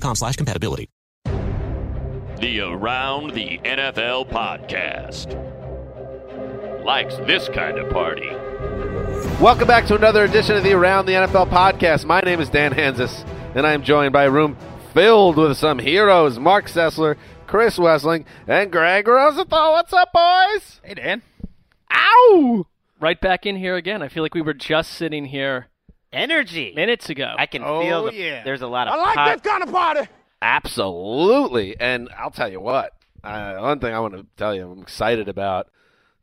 com slash compatibility. The Around the NFL podcast likes this kind of party. Welcome back to another edition of the Around the NFL podcast. My name is Dan Hansis, and I am joined by a room filled with some heroes: Mark Sessler, Chris Wessling, and Greg Rosenthal. What's up, boys? Hey, Dan. Ow! Right back in here again. I feel like we were just sitting here Energy. minutes ago. I can Oh, feel the, yeah. there's a lot of I like pop- this kind of party. Absolutely. And I'll tell you what. Uh, one thing I want to tell you, I'm excited about.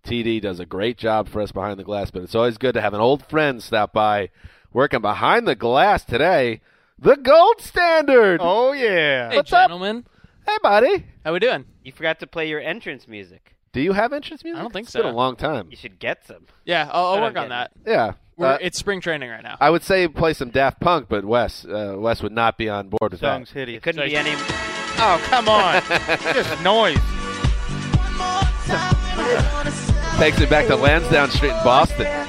TD does a great job for us behind the glass, but it's always good to have an old friend stop by. Working behind the glass today, the gold standard. Oh yeah. hey, what's up? gentlemen. Hey, buddy. How we doing? You forgot to play your entrance music. Do you have entrance music? I don't think It's been so. a long time. You should get some. Yeah, I'll, I'll I work on don't get that. Yeah. We're, Uh, it's spring training right now. I would say play some Daft Punk, but Wes, uh, Wes would not be on board with Song's that. hideous. It couldn't be any. Oh come on. Just noise. Takes me back to Lansdowne Street in Boston.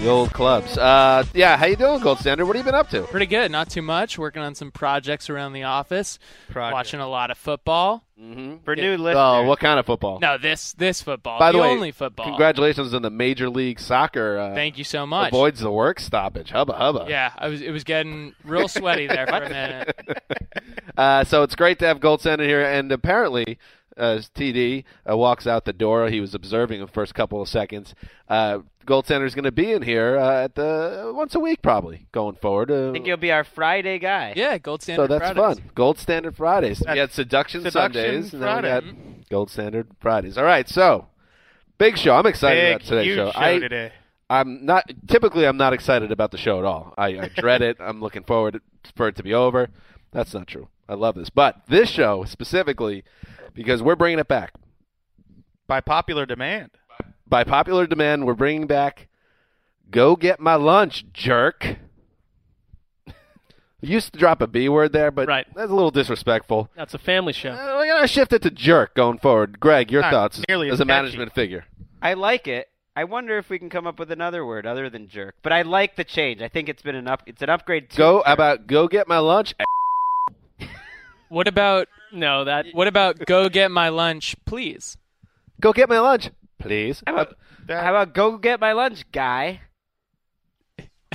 The old clubs. Uh, yeah, how you doing, Gold Standard? What have you been up to? Pretty good. Not too much. Working on some projects around the office. Project. Watching a lot of football. For new listeners. Oh, what kind of football? No, this this football. By the, way, only football. congratulations on the Major League Soccer. Uh, Thank you so much. Avoids the work stoppage. Hubba hubba. Yeah, I was. It was getting real sweaty there for a minute. Uh, so it's great to have Gold Standard here, and apparently. Uh, TD uh, walks out the door. He was observing the first couple of seconds. Uh, Gold Standard's going to be in here uh, at the once a week probably going forward. Uh, I think you'll be our Friday guy. Yeah, gold standard. so that's products. fun. Gold Standard Fridays. we had Seduction, Seduction Sundays, and then we Friday. got Gold Standard Fridays. All right, so big show. I'm excited Big about today's huge show. show I, today. I'm not typically I'm not excited about the show at all. I, I dread it. I'm looking forward for it to be over. That's not true. I love this, but this show specifically because we're bringing it back By popular demand. by popular demand. We're bringing back "Go Get My Lunch, Jerk." We used to drop a B word there, but Right. that's a little disrespectful. That's a family show. Uh, we gotta shift it to jerk going forward. Greg, your Not thoughts nearly as, as a catchy. management figure. I like it. I wonder if we can come up with another word other than jerk. But I like the change. I think it's been an up. It's an upgrade. To Go jerk. how about go get my lunch. What about no that? What about go get my lunch, please? Go get my lunch, please. How about, how about go get my lunch, guy?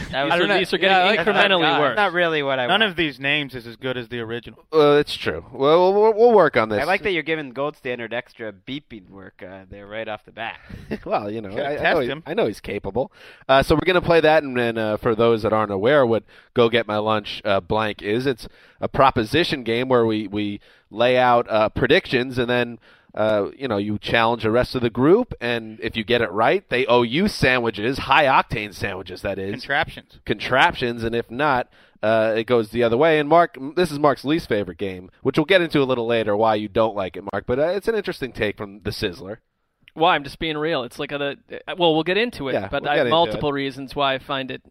That was These are, don't know. these are Yeah, I like getting that incrementally guy. worse. not really what I None want. of these names is as good as the original. Uh, it's true. Well, we'll, we'll work on this. I like that you're giving Gold Standard extra beeping work uh, there right off the bat. well, you know, Gotta I, I test know he- him. I know he's capable. Uh, so we're going to play that, and, and uh, for those that aren't aware, what "Go Get My Lunch" uh, blank is, it's a proposition game where we we lay out uh, predictions, and then uh, you know you challenge the rest of the group, and if you get it right, they owe you sandwiches, high octane sandwiches, that is. Contraptions. contraptions, and if not, uh, it goes the other way. And Mark, this is Mark's least favorite game, which we'll get into a little later why you don't like it, Mark. But uh, it's an interesting take from the Sizzler. Why? I'm just being real. It's like a the- well, we'll get into it, Yeah, but we'll I get have into multiple reasons why I find it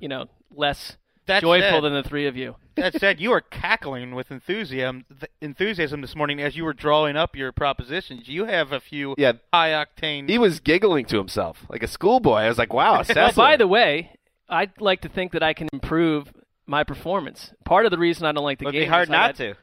you know less That joyful said- than the three of you. That said, you were cackling with enthusiasm th- enthusiasm this morning as you were drawing up your propositions. You have a few Yeah. high octane. He was giggling to himself like a schoolboy. I was like, wow, Well, assassin. by the way, I'd like to think that I can improve my performance. Part of the reason I don't like the Would game be hard is I not got-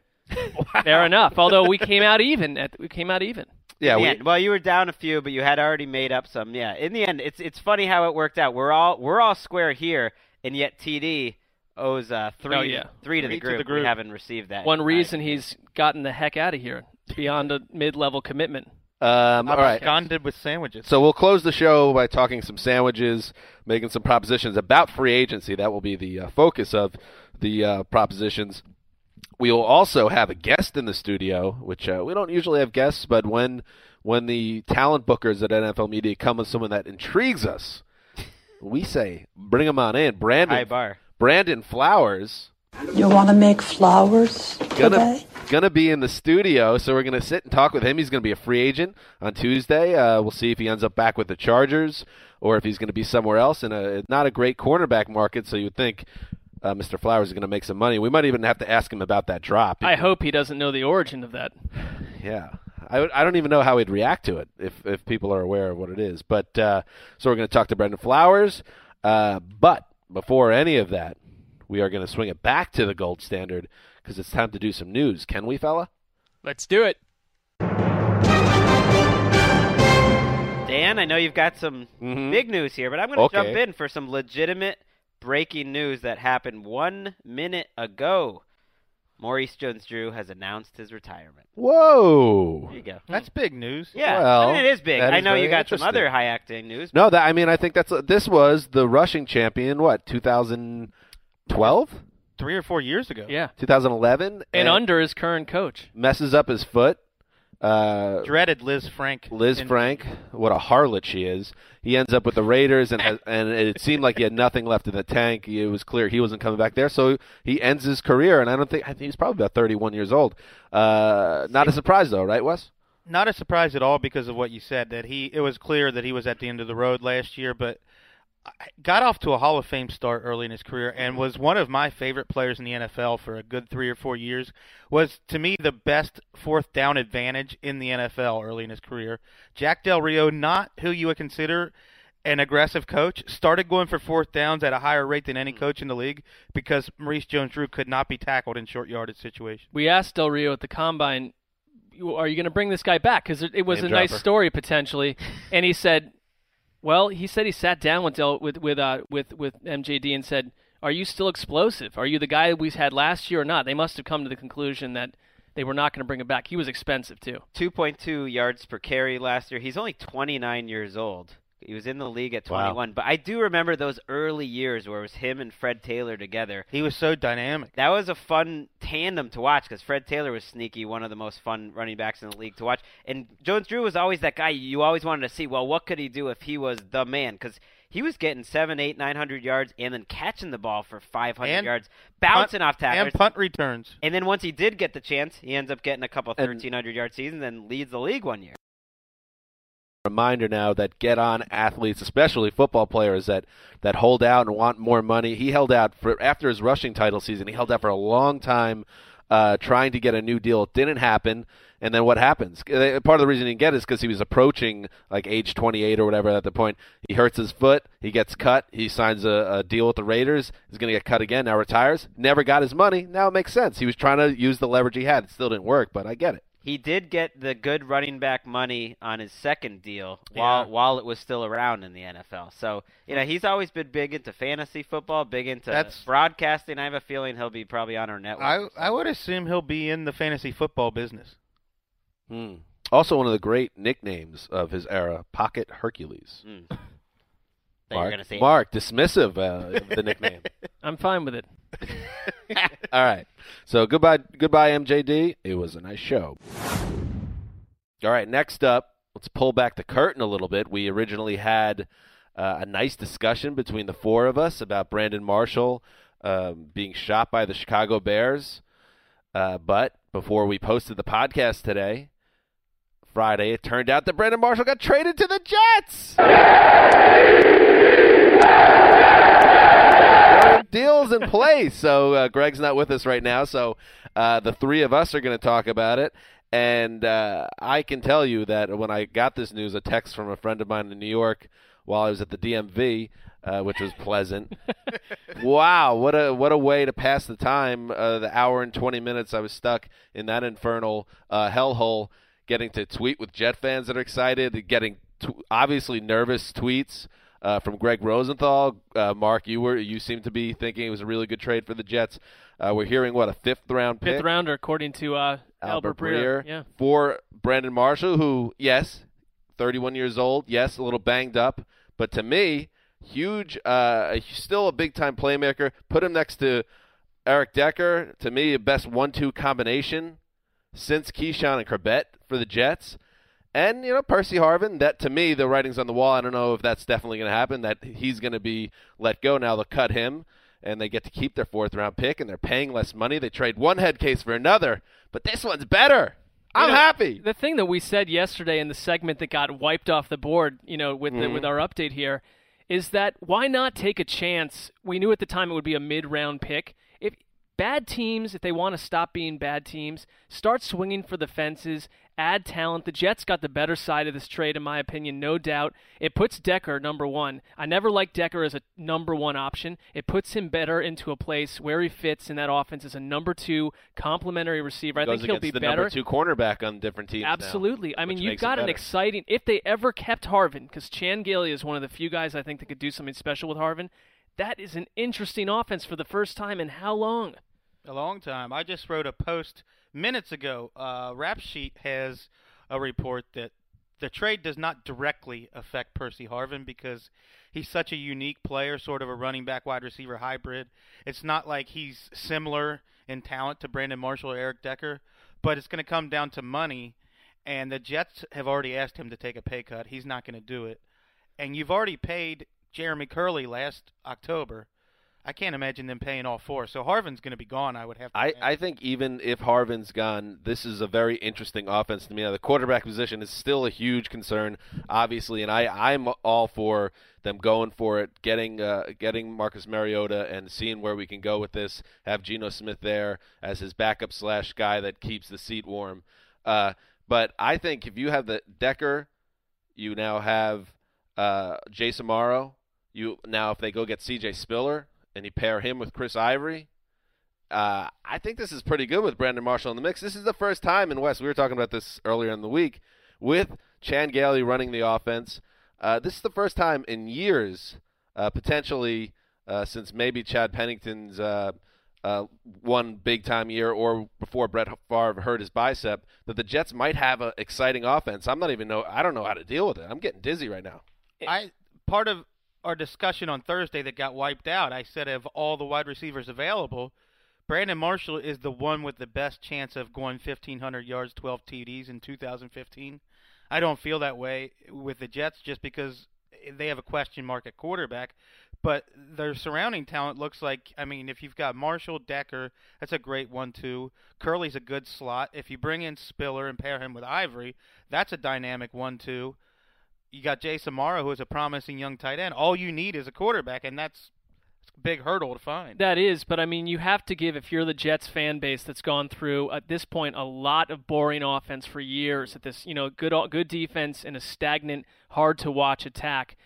to. Fair enough. Although we came out even. At, we came out even. yeah, Yeah, we, well, you were down a few, but you had already made up some. Yeah. In the end, it's it's funny how it worked out. We're all we're all square here, and yet TD owes uh, three Oh, yeah. three to Three the to group. the group. We haven't received that. One Right. reason he's gotten the heck out of here beyond a mid-level commitment. um, all right. absconded with sandwiches. So we'll close the show by talking some sandwiches, making some propositions about free agency. That will be the uh, focus of the uh, propositions. We will also have a guest in the studio, which uh, we don't usually have guests, but when when the talent bookers at NFL Media come with someone that intrigues us, we say bring them on in. High Brandon bar. Brandon Flowers You want to make flowers gonna today? gonna be in the studio, so we're gonna sit and talk with him. He's gonna be a free agent on Tuesday. Uh, we'll see if he ends up back with the Chargers or if he's gonna be somewhere else in a not a great cornerback market. So you would think uh, Mr. Flowers is gonna make some money. We might even have to ask him about that drop. I hope he doesn't know the origin of that. Yeah. I, would- I don't even know how he'd react to it if, if people are aware of what it is. But uh, so we're going to talk to Brendan Flowers. Uh, but before any of that, we are going to swing it back to the gold standard because it's time to do some news. Can we, fella? Let's do it. Dan, I know you've got some big news here, but I'm going to Okay. jump in for some legitimate breaking news that happened one minute ago. Maurice Jones-Drew has announced his retirement. Whoa. There you go. That's big news. Yeah, Well, I mean, it is big. that I is know very you got some interesting. other high octane news. No, that I mean, I think that's uh, this was the rushing champion. What 2012, Three or four years ago. Yeah. 2011, And under his current coach. messes up his foot. Uh, Dreaded Liz Frank. Liz And- Frank, what a harlot she is. He ends up with the Raiders, and has, and it seemed like he had nothing left in the tank. It was clear he wasn't coming back there, so he ends his career. And I don't think I think he's probably about 31 years old. Uh, not a surprise though, right, Wes? not a surprise at all because of what you said that he it was clear that he was at the end of the road last year but I- got off to a hall of fame start early in his career and was one of my favorite players in the NFL for a good 3 or 4 years was to me the best fourth down advantage in the NFL early in his career Jack Del Rio not who you would consider an aggressive coach started going for fourth downs at a higher rate than any coach in the league because Maurice Jones-Drew could not be tackled in short yardage situations. We asked Del Rio at the combine, "You- "Are you going to bring this guy back?" Because it, it was Name a nice dropper. story potentially, and he said, "Well, he said he sat down with Del with with uh, with with MJD and said." Are you still explosive? Are you the guy we had last year or not? They must have come to the conclusion that they were not going to bring him back. He was expensive too. 2.2 yards per carry last year. He's only 29 years old. He was in the league at Wow. 21, but I do remember those early years where it was him and Fred Taylor together. He was so dynamic. That was a fun tandem to watch because Fred Taylor was sneaky, one of the most fun running backs in the league to watch. And Jones Drew was always that guy you always wanted to see. Well, what could he do if he was the man? Because he was getting seven, eight, nine hundred yards and then catching the ball for 500 And yards, Punt- bouncing off tacklers. and punt returns. And then once he did get the chance, he ends up getting a couple And- 1,300 yard seasons and leads the league one year. Reminder now that get on athletes, especially football players that that hold out and want more money. He held out for after his rushing title season. He held out for a long time, uh, trying to get a new deal. It didn't happen. And then what happens? Uh, Part of the reason he didn't get it is because he was approaching like age 28 or whatever at the point. He hurts his foot. He gets cut. He signs a, a deal with the Raiders. He's going to get cut again. Now retires. Never got his money. Now it makes sense. He was trying to use the leverage he had. It still didn't work, but I get it. He did get the good running back money on his second deal while while it was still around in the NFL. So you know he's always been big into fantasy football, big into That's- broadcasting. I have a feeling he'll be probably on our network. I I would assume he'll be in the fantasy football business. Hmm. Also, one of the great nicknames of his era, Pocket Hercules. Mm. Thought you were gonna say Mark, dismissive, uh, the nickname. I'm fine with it. All right. So goodbye, goodbye, MJD. It was a nice show. All right. Next up, let's pull back the curtain a little bit. We originally had uh, a nice discussion between the four of us about Brandon Marshall um, being shot by the Chicago Bears. Uh, but before we posted the podcast today, Friday, it turned out that Brandon Marshall got traded to the Jets. Bill's in place. So uh, Greg's not with us right now. So uh, the three of us are going to talk about it. And uh, I can tell you that when I got this news, a text from a friend of mine in New York while I was at the DMV, uh, which was pleasant. wow, what a what a way to pass the time. Uh, the hour and twenty minutes I was stuck in that infernal uh, hellhole, getting to tweet with Jet fans that are excited, getting tw- obviously nervous tweets. Uh, from Greg Rosenthal, uh, Mark, you were you seemed to be thinking it was a really good trade for the Jets. Uh, we're hearing what a fifth round pick, Fifth rounder, according to uh, Albert, Breer. Yeah. for Brandon Marshall, who, yes, 31 years old, yes, a little banged up, but to me, huge, uh, still a big time playmaker. Put him next to Eric Decker, to me, a best one two combination since Keyshawn and Corbett for the Jets. And, you know, Percy Harvin, that to me, the writing's on the wall. I don't know if that's definitely going to happen, that he's going to be let go now. They'll cut him, and they get to keep their fourth round pick, and they're paying less money. They trade one head case for another, but this one's better. You I'm know, happy. The thing that we said yesterday in the segment that got wiped off the board, you know, with the, Mhm. with our update here, is that why not take a chance? We knew at the time it would be a mid-round pick. If bad teams, if they want to stop being bad teams, start swinging for the fences, add talent. The Jets got the better side of this trade, in my opinion, no doubt. It puts Decker number one. I never liked Decker as a number one option. It puts him better into a place where he fits in that offense as a number two complementary receiver. I Goes think he'll against be the better. number two cornerback on different teams. now, Absolutely. I mean, which you've makes it got an better. exciting. If they ever kept Harvin, because Chan Gailey is one of the few guys I think that could do something special with Harvin, that is an interesting offense for the first time in how long? A long time. I just wrote a post minutes ago. Uh, Rap Sheet has a report that the trade does not directly affect Percy Harvin because he's such a unique player, sort of a running back wide receiver hybrid. It's not like he's similar in talent to Brandon Marshall or Eric Decker, but it's going to come down to money. And the Jets have already asked him to take a pay cut. He's not going to do it. And you've already paid Jeremy Curley last October. I can't imagine them paying all four. So Harvin's going to be gone. I would have to. I, I think even if Harvin's gone, this is a very interesting offense to me. Now, the quarterback position is still a huge concern, obviously, and I, I'm all for them going for it, getting uh, getting Marcus Mariota and seeing where we can go with this. Have Geno Smith there as his backup slash guy that keeps the seat warm. Uh, but I think if you have the Decker, you now have uh, Jason Morrow. You now if they go get C.J. Spiller and you pair him with Chris Ivory, uh, I think this is pretty good with Brandon Marshall in the mix. This is the first time in West. We were talking about this earlier in the week with Chan Gailey running the offense. Uh, this is the first time in years, uh, potentially uh, since maybe Chad Pennington's uh, uh, one big time year or before Brett Favre hurt his bicep, that the Jets might have an exciting offense. I'm not even know. I don't know how to deal with it. I'm getting dizzy right now. I part of our discussion on Thursday that got wiped out. I said of all the wide receivers available, Brandon Marshall is the one with the best chance of going 1500 yards, 12 TDs in 2015. I don't feel that way with the Jets just because they have a question mark at quarterback, but their surrounding talent looks like I mean, if you've got Marshall Decker, that's a great one-two. Curly's a good slot. If you bring in Spiller and pair him with Ivory, that's a dynamic one-two you got Jay Samara, who is a promising young tight end. All you need is a quarterback, and that's it's a big hurdle to find. That is, but I mean, you have to give if you're the Jets fan base that's gone through at this point a lot of boring offense for years. At this, you know, good good defense and a stagnant, hard to watch attack.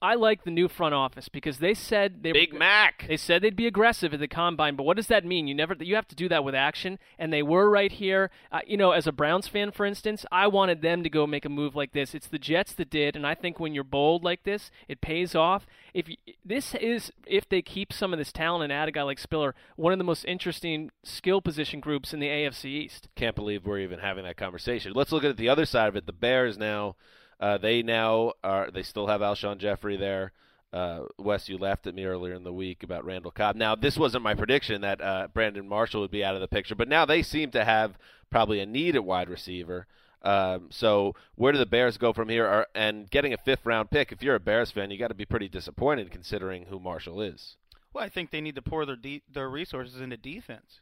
I like the new front office because they said they Big Mac. They said they'd be aggressive at the combine, but what does that mean? You never you have to do that with action, and they were right here. Uh, you know, as a Browns fan, for instance, I wanted them to go make a move like this. It's the Jets that did, and I think when you're bold like this, it pays off. If you, this is if they keep some of this talent and add a guy like Spiller, one of the most interesting skill position groups in the AFC East. Can't believe we're even having that conversation. Let's look at the other side of it. The Bears now, uh, they now are they still have Alshon Jeffrey there. Uh, Wes, you laughed at me earlier in the week about Randall Cobb. Now this wasn't my prediction that uh, Brandon Marshall would be out of the picture, but now they seem to have probably a need at wide receiver. Um, so where do the Bears go from here? Are, and getting a fifth round pick, if you're a Bears fan, you got to be pretty disappointed considering who Marshall is. Well, I think they need to pour their de- their resources into defense.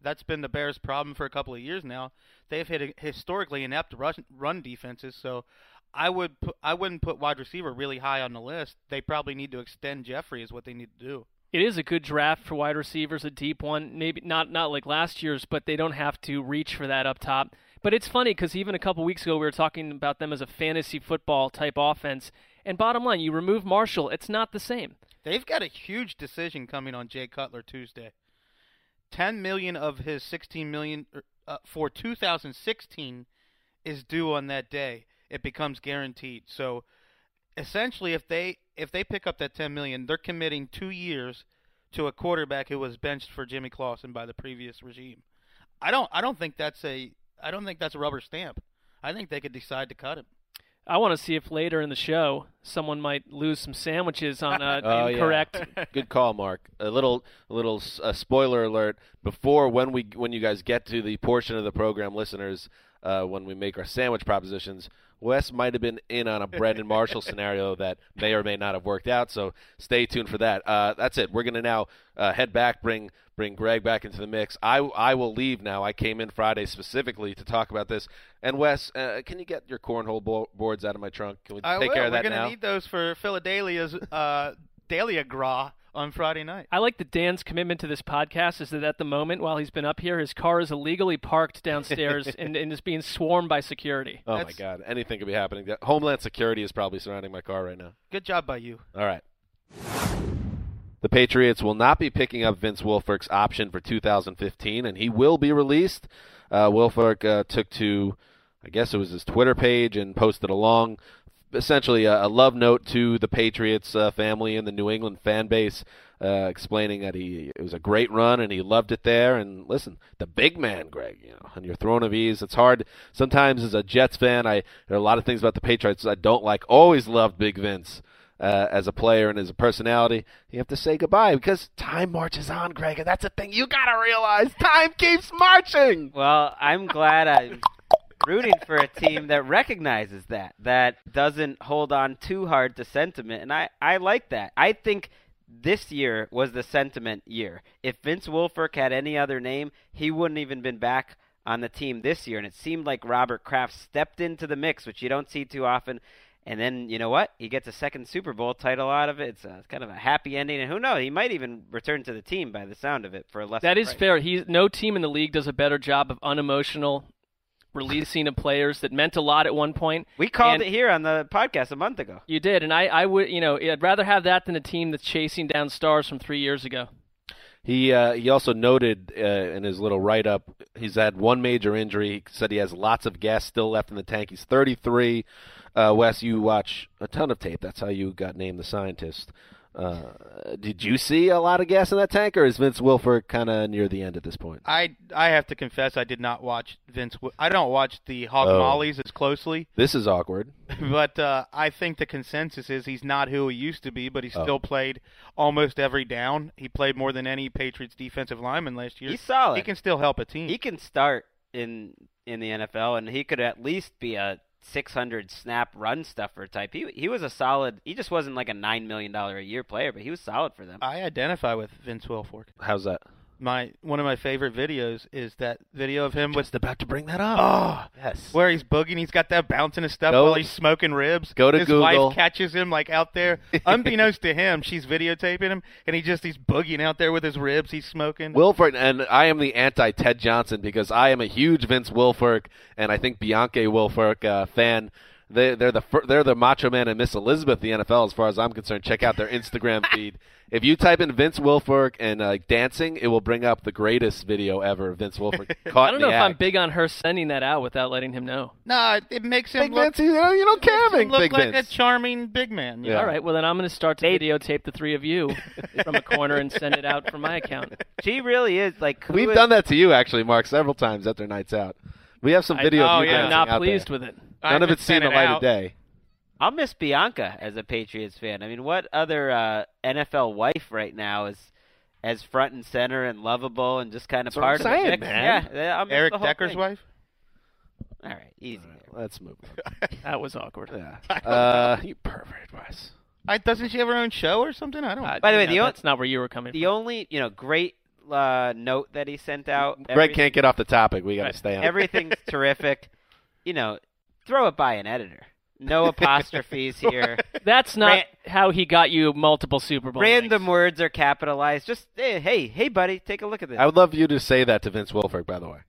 That's been the Bears' problem for a couple of years now. They've hit a- historically inept rush, run defenses, so I would pu- I wouldn't put wide receiver really high on the list. They probably need to extend Jeffrey is what they need to do. it is a good draft for wide receivers, a deep one. Maybe not not like last year's, but they don't have to reach for that up top. But it's funny because even a couple weeks ago we were talking about them as a fantasy football type offense. And bottom line, you remove Marshall, it's not the same. They've got a huge decision coming on Jay Cutler Tuesday. Ten million of his sixteen million uh, for 2016 is due on that day. It becomes guaranteed. So essentially, if they if they pick up that 10 million, they're committing two years to a quarterback who was benched for Jimmy Clausen by the previous regime. I don't I don't think that's a I don't think that's a rubber stamp. I think they could decide to cut him. I want to see if later in the show someone might lose some sandwiches on uh, oh, incorrect. Yeah. Good call, Mark. A little, a little uh, spoiler alert before when we when you guys get to the portion of the program, listeners, uh, when we make our sandwich propositions, Wes might have been in on a bread and Marshall scenario that may or may not have worked out. So stay tuned for that. Uh, that's it. We're gonna now uh, head back, bring bring Greg back into the mix. I I will leave now. I came in Friday specifically to talk about this. And Wes, uh, can you get your cornhole bo- boards out of my trunk? Can we I take will. care of that We're gonna now? need those for Philadelia's uh, Dahlia Gras on Friday night. I like that Dan's commitment to this podcast is that at the moment, while he's been up here, his car is illegally parked downstairs and, and is being swarmed by security. Oh my God! Anything could be happening. That- Homeland Security is probably surrounding my car right now. Good job by you. All right. The Patriots will not be picking up Vince Wilfork's option for 2015, and he will be released. Uh, Wilfork uh, took to, I guess it was his Twitter page, and posted along essentially a, a love note to the Patriots uh, family and the New England fan base, uh, explaining that he it was a great run and he loved it there. And listen, the big man, Greg, you know, on your throne of ease, it's hard sometimes as a Jets fan. I there are a lot of things about the Patriots I don't like. Always loved Big Vince. Uh, as a player and as a personality, you have to say goodbye because time marches on, Greg, and that's a thing you gotta realize. Time keeps marching. Well, I'm glad I'm rooting for a team that recognizes that, that doesn't hold on too hard to sentiment. And I, I like that. I think this year was the sentiment year. If Vince Wilfork had any other name, he wouldn't even been back on the team this year. And it seemed like Robert Kraft stepped into the mix, which you don't see too often. And then you know what? He gets a second Super Bowl title out of it. It's, a, it's kind of a happy ending, and who knows? He might even return to the team by the sound of it for a less. That is price. fair. He's no team in the league does a better job of unemotional releasing of players that meant a lot at one point. We called And- it here on the podcast a month ago. You did, and I, I would, you know, I'd rather have that than a team that's chasing down stars from three years ago. He uh, he also noted uh, in his little write up he's had one major injury. He said he has lots of gas still left in the tank. He's 33. Uh, Wes, you watch a ton of tape. That's how you got named the scientist. Uh, did you see a lot of gas in that tank, or is Vince Wilfork kind of near the end at this point? I I have to confess I did not watch Vince. Wi- I don't watch the Hog Oh. Mollies as closely, This is awkward. but uh, I think the consensus is he's not who he used to be, but he Oh. still played almost every down. He played more than any Patriots defensive lineman last year. He's solid. He can still help a team. He can start in in the NFL, and he could at least be a 600 snap run stuffer type. He he was a solid. He just wasn't like a nine million dollar a year player, but he was solid for Uh, them. I identify with Vince Wilfork. How's that? My one of my favorite videos is that video of him with about to bring that up. Oh, yes. where he's boogieing, he's got that bounce in his stuff Go- while he's smoking ribs. go to his Google. wife catches him like out there, unbeknownst to him, she's videotaping him, and he just he's boogieing out there with his ribs. He's smoking. Wilford, and I am the anti Ted Johnson because I am a huge Vince Wilfork and I think Bianca Wilfork uh, fan. They, they're the fir- they're the Macho Man and Miss Elizabeth the NFL as far as I'm concerned. Check out their Instagram feed. If you type in Vince Wilfork and uh, dancing, it will bring up the greatest video ever. of Vince Wilfork caught I don't in know the if I'm act. big on her sending that out without letting him know. no, it, it makes him Big look, Vince, you know, you don't care, makes him Big, look Big like Vince. a charming big man. you Yeah. know? All right, well then I'm going to start to videotape the three of you from a corner and send it out from my account. She really is like who We've is- done that to you actually, Mark, several times after nights out. We have some video. I, of oh, you yeah, I'm dancing not out there. pleased with it. I None of haven't it's seen sent the it light of out. day. I'll miss Bianca as a Patriots fan. I mean, what other uh, NFL wife right now is as front and center and lovable and just kind of That's what I'm part of the saying, mix? man. Yeah, I'll miss Eric the whole Decker's thing. wife. All right, easy. Let's move. on. That was awkward. Yeah. Uh, you pervert, Wes. I, doesn't she have her own show or something? I don't. Uh, By the way, you know, the o- that's not where you were coming The only you know great uh, note that he sent out. Greg every- can't get off the topic. We got to stay on. Everything's terrific. You know, throw it by an editor. No apostrophes here. That's not how he got you multiple Super Bowl. Random words are capitalized. Just eh, hey, hey, buddy, take a look at this. I would love you to say that to Vince Wilfork, by the way.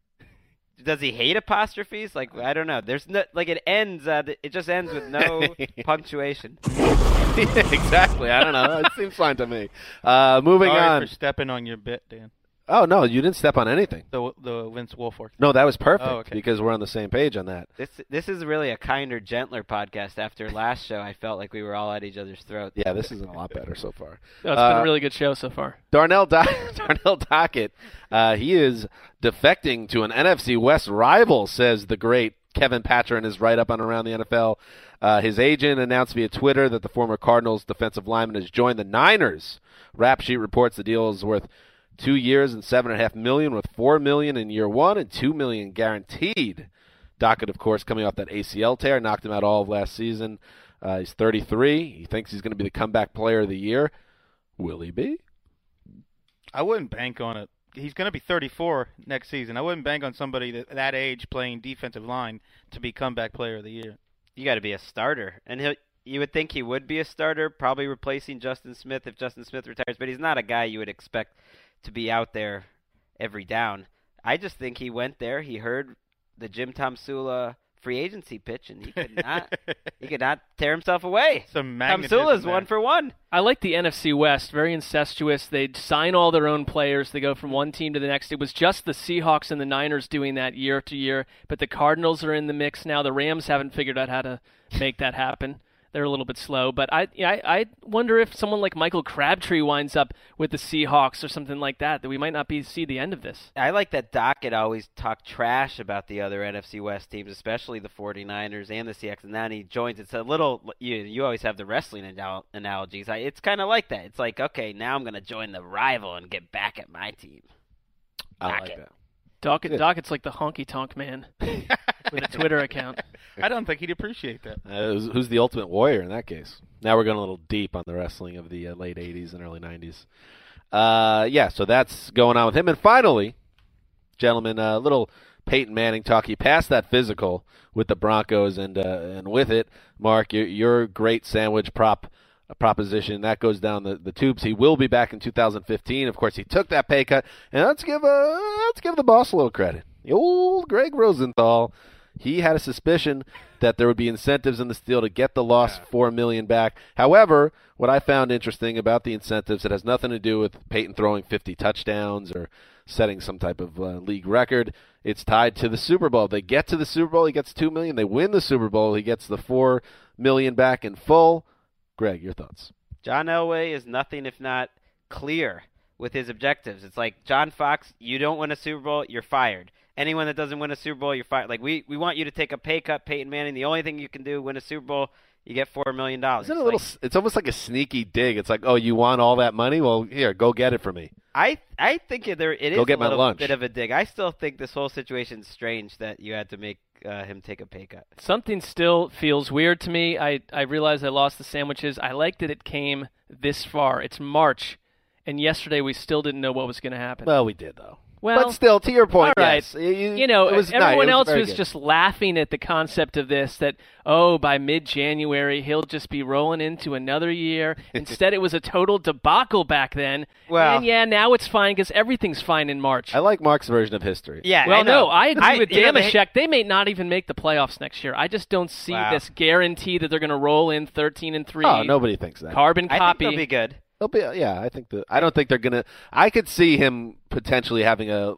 Does he hate apostrophes? Like I don't know. There's no like it ends. Uh, th- it just ends with no punctuation. Yeah, exactly. I don't know. It seems fine to me. Uh, moving Sorry on. for stepping on your bit, Dan. Oh no, you didn't step on anything. The the Vince Wilfork. No, that was perfect Oh, okay. because we're on the same page on that. This this is really a kinder, gentler podcast. After last show, I felt like we were all at each other's throats. Yeah, this is a lot better so far. No, it's been Uh, a really good show so far. Darnell Do- Darnell Dockett, uh, he is defecting to an NFC West rival, says the great Kevin Patron is right up on around the NFL. Uh, his agent announced via Twitter that the former Cardinals defensive lineman has joined the Niners. Rap sheet reports the deal is worth two years and seven and a half million, with four million in year one and two million guaranteed. Dockett, of course, coming off that ACL tear, knocked him out all of last season. Uh, he's 33. He thinks he's going to be the comeback player of the year. Will he be? I wouldn't bank on it. He's going to be 34 next season. I wouldn't bank on somebody that, that age playing defensive line to be comeback player of the year. You got to be a starter, and he'll. You would think he would be a starter, probably replacing Justin Smith if Justin Smith retires, but he's not a guy you would expect to be out there every down. I just think he went there. He heard the Jim Tom Sula free agency pitch, and he could not. he could not tear himself away. Some Tom magnetism Sula's there. one for one. I like the NFC West, very incestuous. They sign all their own players. They go from one team to the next. It was just the Seahawks and the Niners doing that year to year, but the Cardinals are in the mix now. The Rams haven't figured out how to make that happen. They're a little bit slow, but I, yeah, I I wonder if someone like Michael Crabtree winds up with the Seahawks or something like that, that we might not be see the end of this. I like that Dockett always talked trash about the other NFC West teams, especially the 49ers and the Seahawks, and then he joins. It's a little you, you always have the wrestling anal- analogies. I, it's kind of like that. It's like okay, now I'm going to join the rival and get back at my team. I like Dockett. that. Dockett, Good. Dockett's like the honky tonk man with a Twitter account. I don't think he'd appreciate that. Uh, who's, who's the ultimate warrior in that case? Now we're going a little deep on the wrestling of the uh, late 80s and early 90s. Uh, yeah, so that's going on with him. And finally, gentlemen, a little Peyton Manning talk. He passed that physical with the Broncos, and uh, and with it, Mark, your, your great sandwich prop uh, proposition that goes down the, the tubes. He will be back in 2015. Of course, he took that pay cut, and let's give uh, let's give the boss a little credit. The old Greg Rosenthal, he had a suspicion that there would be incentives in this deal to get the lost four million back. However, what I found interesting about the incentives, it has nothing to do with Peyton throwing 50 touchdowns or setting some type of uh, league record. It's tied to the Super Bowl. They get to the Super Bowl, he gets two million. They win the Super Bowl, he gets the four million back in full. Greg, your thoughts? John Elway is nothing if not clear with his objectives. It's like John Fox, you don't win a Super Bowl, you're fired. Anyone that doesn't win a Super Bowl, you're fired. Like we, we want you to take a pay cut, Peyton Manning. The only thing you can do win a Super Bowl, you get four million dollars. Isn't it a It's little? like- s it's almost like a sneaky dig. It's like, oh, you want all that money? Well, here, go get it for me. I I think it- there it is Go get a my little lunch. bit of a dig. I still think this whole situation's strange that you had to make uh, him take a pay cut. Something still feels weird to me. I, I realize I lost the sandwiches. I like that it came this far. It's March, and yesterday we still didn't know what was going to happen. Well, we did though. Well, but still, to your point, all right. yes, you, you know, it was nice. It everyone was else very was good. just laughing at the concept of this that, oh, by mid January, he'll just be rolling into another year. Instead, it was a total debacle back then. Well- and yeah, now it's fine because everything's fine in March. I like Mark's version of history. Yeah. well, no, I agree with you know, they- Damashek. They may not even make the playoffs next year. I just don't see Wow. this guarantee that they're going to roll in 13 and 3. Oh, nobody thinks that. Carbon I think copy. they'll be good. They'll be, yeah, I think the. I don't think they're gonna. I could see him potentially having a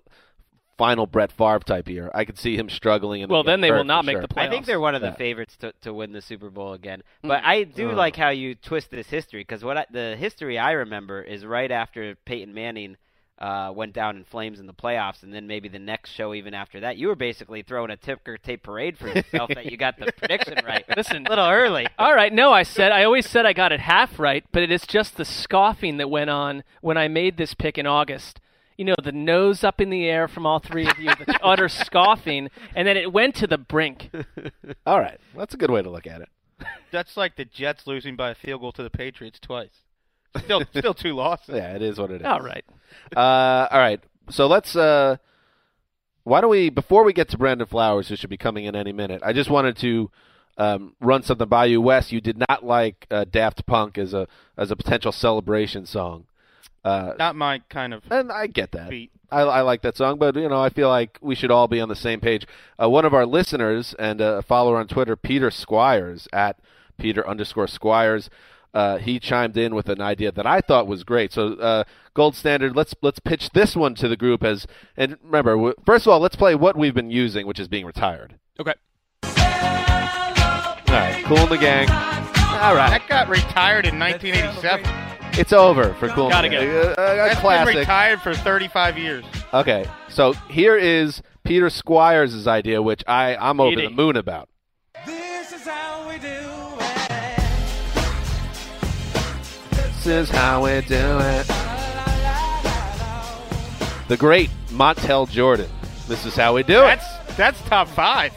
final Brett Favre type year. I could see him struggling. And Well, then they hurt will not for make sure. the playoffs. I think they're one of the Yeah. favorites to, to win the Super Bowl again. But I do Oh. like how you twist this history because what I, the history I remember is right after Peyton Manning uh, went down in flames in the playoffs, and then maybe the next show even after that, you were basically throwing a ticker tape parade for yourself that you got the prediction right. Listen. a little early. All right, no, I said I always said I got it half right, but it is just the scoffing that went on when I made this pick in August. You know, the nose up in the air from all three of you, the utter scoffing, and then it went to the brink. All right, that's a good way to look at it. That's like the Jets losing by a field goal to the Patriots twice. Still, still two losses. Yeah, it is what it is. All right. uh, all right. So let's. Uh, why don't we before we get to Brandon Flowers, who should be coming in any minute? I just wanted to um, run something by you, Wes. You did not like uh, Daft Punk as a as a potential celebration song. Uh, Not my kind of. And I get that. Beat. I, I like that song, but you know, I feel like we should all be on the same page. Uh, one of our listeners and a follower on Twitter, Peter Squires at Peter underscore Squires, uh, he chimed in with an idea that I thought was great. So, uh, Gold Standard, let's let's pitch this one to the group as. And remember, w- first of all, let's play what we've been using, which is being retired. Okay. All right, cool in the gang. All right, That got retired in 1987. it's over for cool. Gotta in the go. Gang. Uh, uh, That's classic. been retired for 35 years. Okay, so here is Peter Squires' idea, which I I'm over Eat the it. moon about. This is how we do it. This is how we do it. The great Montel Jordan. This is how we do it. That's that's top five.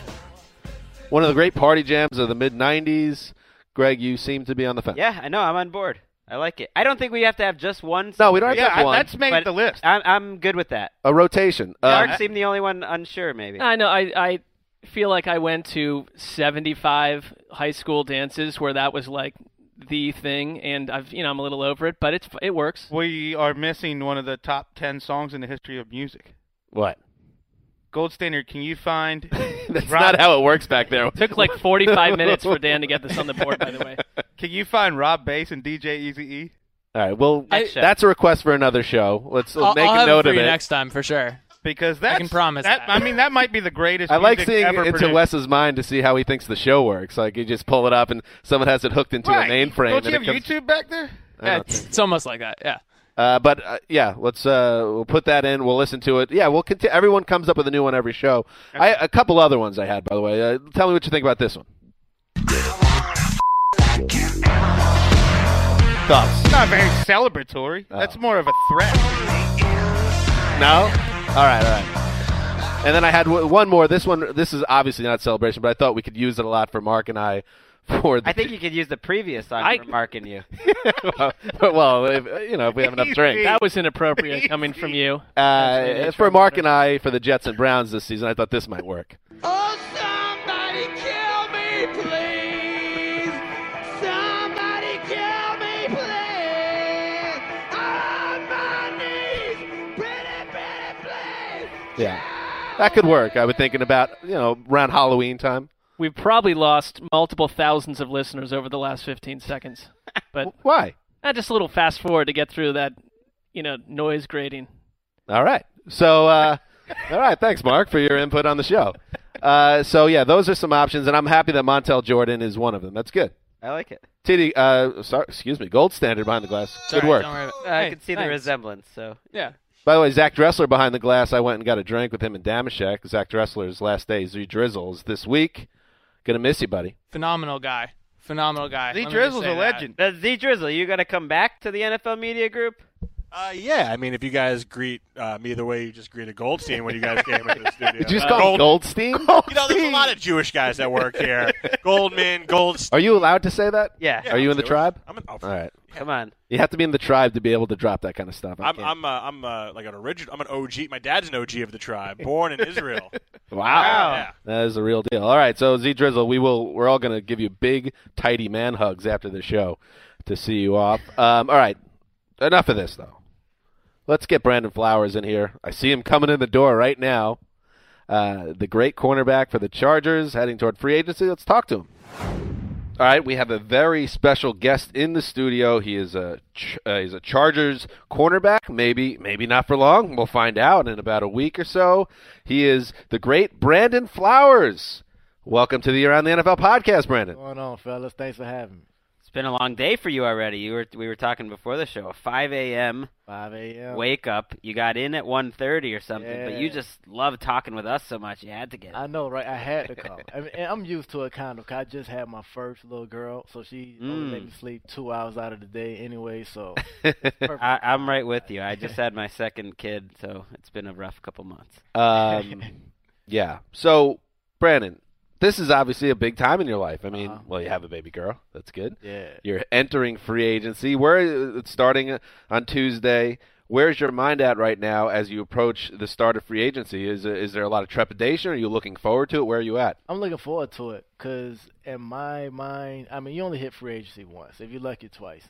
One of the great party jams of the mid '90s. Greg, you seem to be on the fence. Yeah, I know. I'm on board. I like it. I don't think we have to have just one. No, we don't have Yeah, to I- have one. that's made but the list. I'm, I'm good with that. a rotation. Mark Uh, seemed the only one unsure, maybe. I know. I I feel like I went to 75 high school dances where that was like the thing, and I've you know I'm a little over it, but it's it works. We are missing one of the top 10 songs in the history of music. what? Gold standard. Can you find? That's Rob- not how it works back there. Took like 45 minutes for Dan to get this on the board. By the way, Can you find Rob Bass and DJ Eazy-E? All right. Well, I- that's a request for another show. Let's let's I'll, make I'll a have note it for of you it. next time for sure. Because that's can promise that- that. I mean, that might be the greatest. I like music seeing ever into produced. Wes's mind to see how he thinks the show works. Like you just pull it up and someone has it hooked into Right. a mainframe. Don't and you have it comes- YouTube back there? I don't it's, it's almost like that. Yeah. Uh, but uh, yeah, let's uh, we'll put that in. We'll listen to it. Yeah, we'll continue. Everyone comes up with a new one every show. I, a couple other ones I had by the way. Uh, tell me what you think about this one. Thoughts? Oh. It's not very celebratory. That's more of a threat. No. All right, all right. And then I had w- one more. This one, this is obviously not celebration, but I thought we could use it a lot for Mark and I. For the I think you could use the previous song I- for Mark and you. well, if, you know, if we have enough drink. that was inappropriate coming from you. Uh, for Mark and I, for the Jets and Browns this season, I thought this might work. Yeah, that could work. I was thinking about you know around Halloween time. We've probably lost multiple thousands of listeners over the last 15 seconds, but Why? not just a little fast forward to get through that, you know, noise grating. All right. So, uh, all right. Thanks, Mark, for your input on the show. Uh, so yeah, those are some options, and I'm happy that Montel Jordan is one of them. That's good. I like it. Titty, uh, sorry, excuse me, gold standard behind the glass. Sorry, good work. don't worry about it. I Hey, can see the thanks. resemblance. So Yeah. By the way, Zach Dressler behind the glass. I went and got a drink with him in Damashek. Zach Dressler's last day. Z Drizzle is this week. Gonna miss you, buddy. Phenomenal guy. Phenomenal guy. Z Let me just Drizzle's say a that. legend. Now, Uh, Z Drizzle, you gonna come back to the NFL media group? Uh, yeah, I mean, if you guys greet uh, me the way you just greeted Goldstein when you guys came into the studio. Uh, Did you Uh, just call him Goldstein? You know, there's a lot of Jewish guys that work here. Goldman, Goldstein. Are you allowed to say that? Yeah. Are you in the tribe? I'm an, oh, All right. Come on. You have to be in the tribe to be able to drop that kind of stuff. I I'm can't. I'm, uh, I'm uh, like an original. I'm an OG. My dad's an OG of the tribe, born in Israel. Uh, wow. Yeah. That is a real deal. All right, so Z Drizzle, we will we're all gonna give you big tidy man hugs after the show to see you off. Um, all right. Enough of this though. Let's get Brandon Flowers in here. I see him coming in the door right now. Uh, the great cornerback for the Chargers heading toward free agency. Let's talk to him. All right, we have a very special guest in the studio. He is a ch- uh, he's a Chargers cornerback. Maybe maybe not for long. We'll find out in about a week or so. He is the great Brandon Flowers. Welcome to the Around the NFL podcast, Brandon. going on, fellas? Thanks for having me. It's been a long day for you already. You were we were talking before the show. 5 a.m. 5 a.m. wake up. You got in at 1:30 or something, but you Yeah. just love talking with us so much. You had to get. I know, right? I had to call. I mean, and I'm used to it kind of. 'cause I just had my first little girl, so she Mm. only made me sleep two hours out of the day anyway. So I, I'm right with you. I just had my second kid, so it's been a rough couple months. Um, yeah. So, Brandon, this is obviously a big time in your life. I mean, Uh-huh. well, you have a baby girl. That's good. yeah, You're entering free agency. Where it's starting on uh, Tuesday. where's your mind at right now as you approach the start of free agency? Is is there a lot of trepidation? Are you looking forward to it? Where are you at? I'm looking forward to it because in my mind, I mean, you only hit free agency once, if you're lucky twice,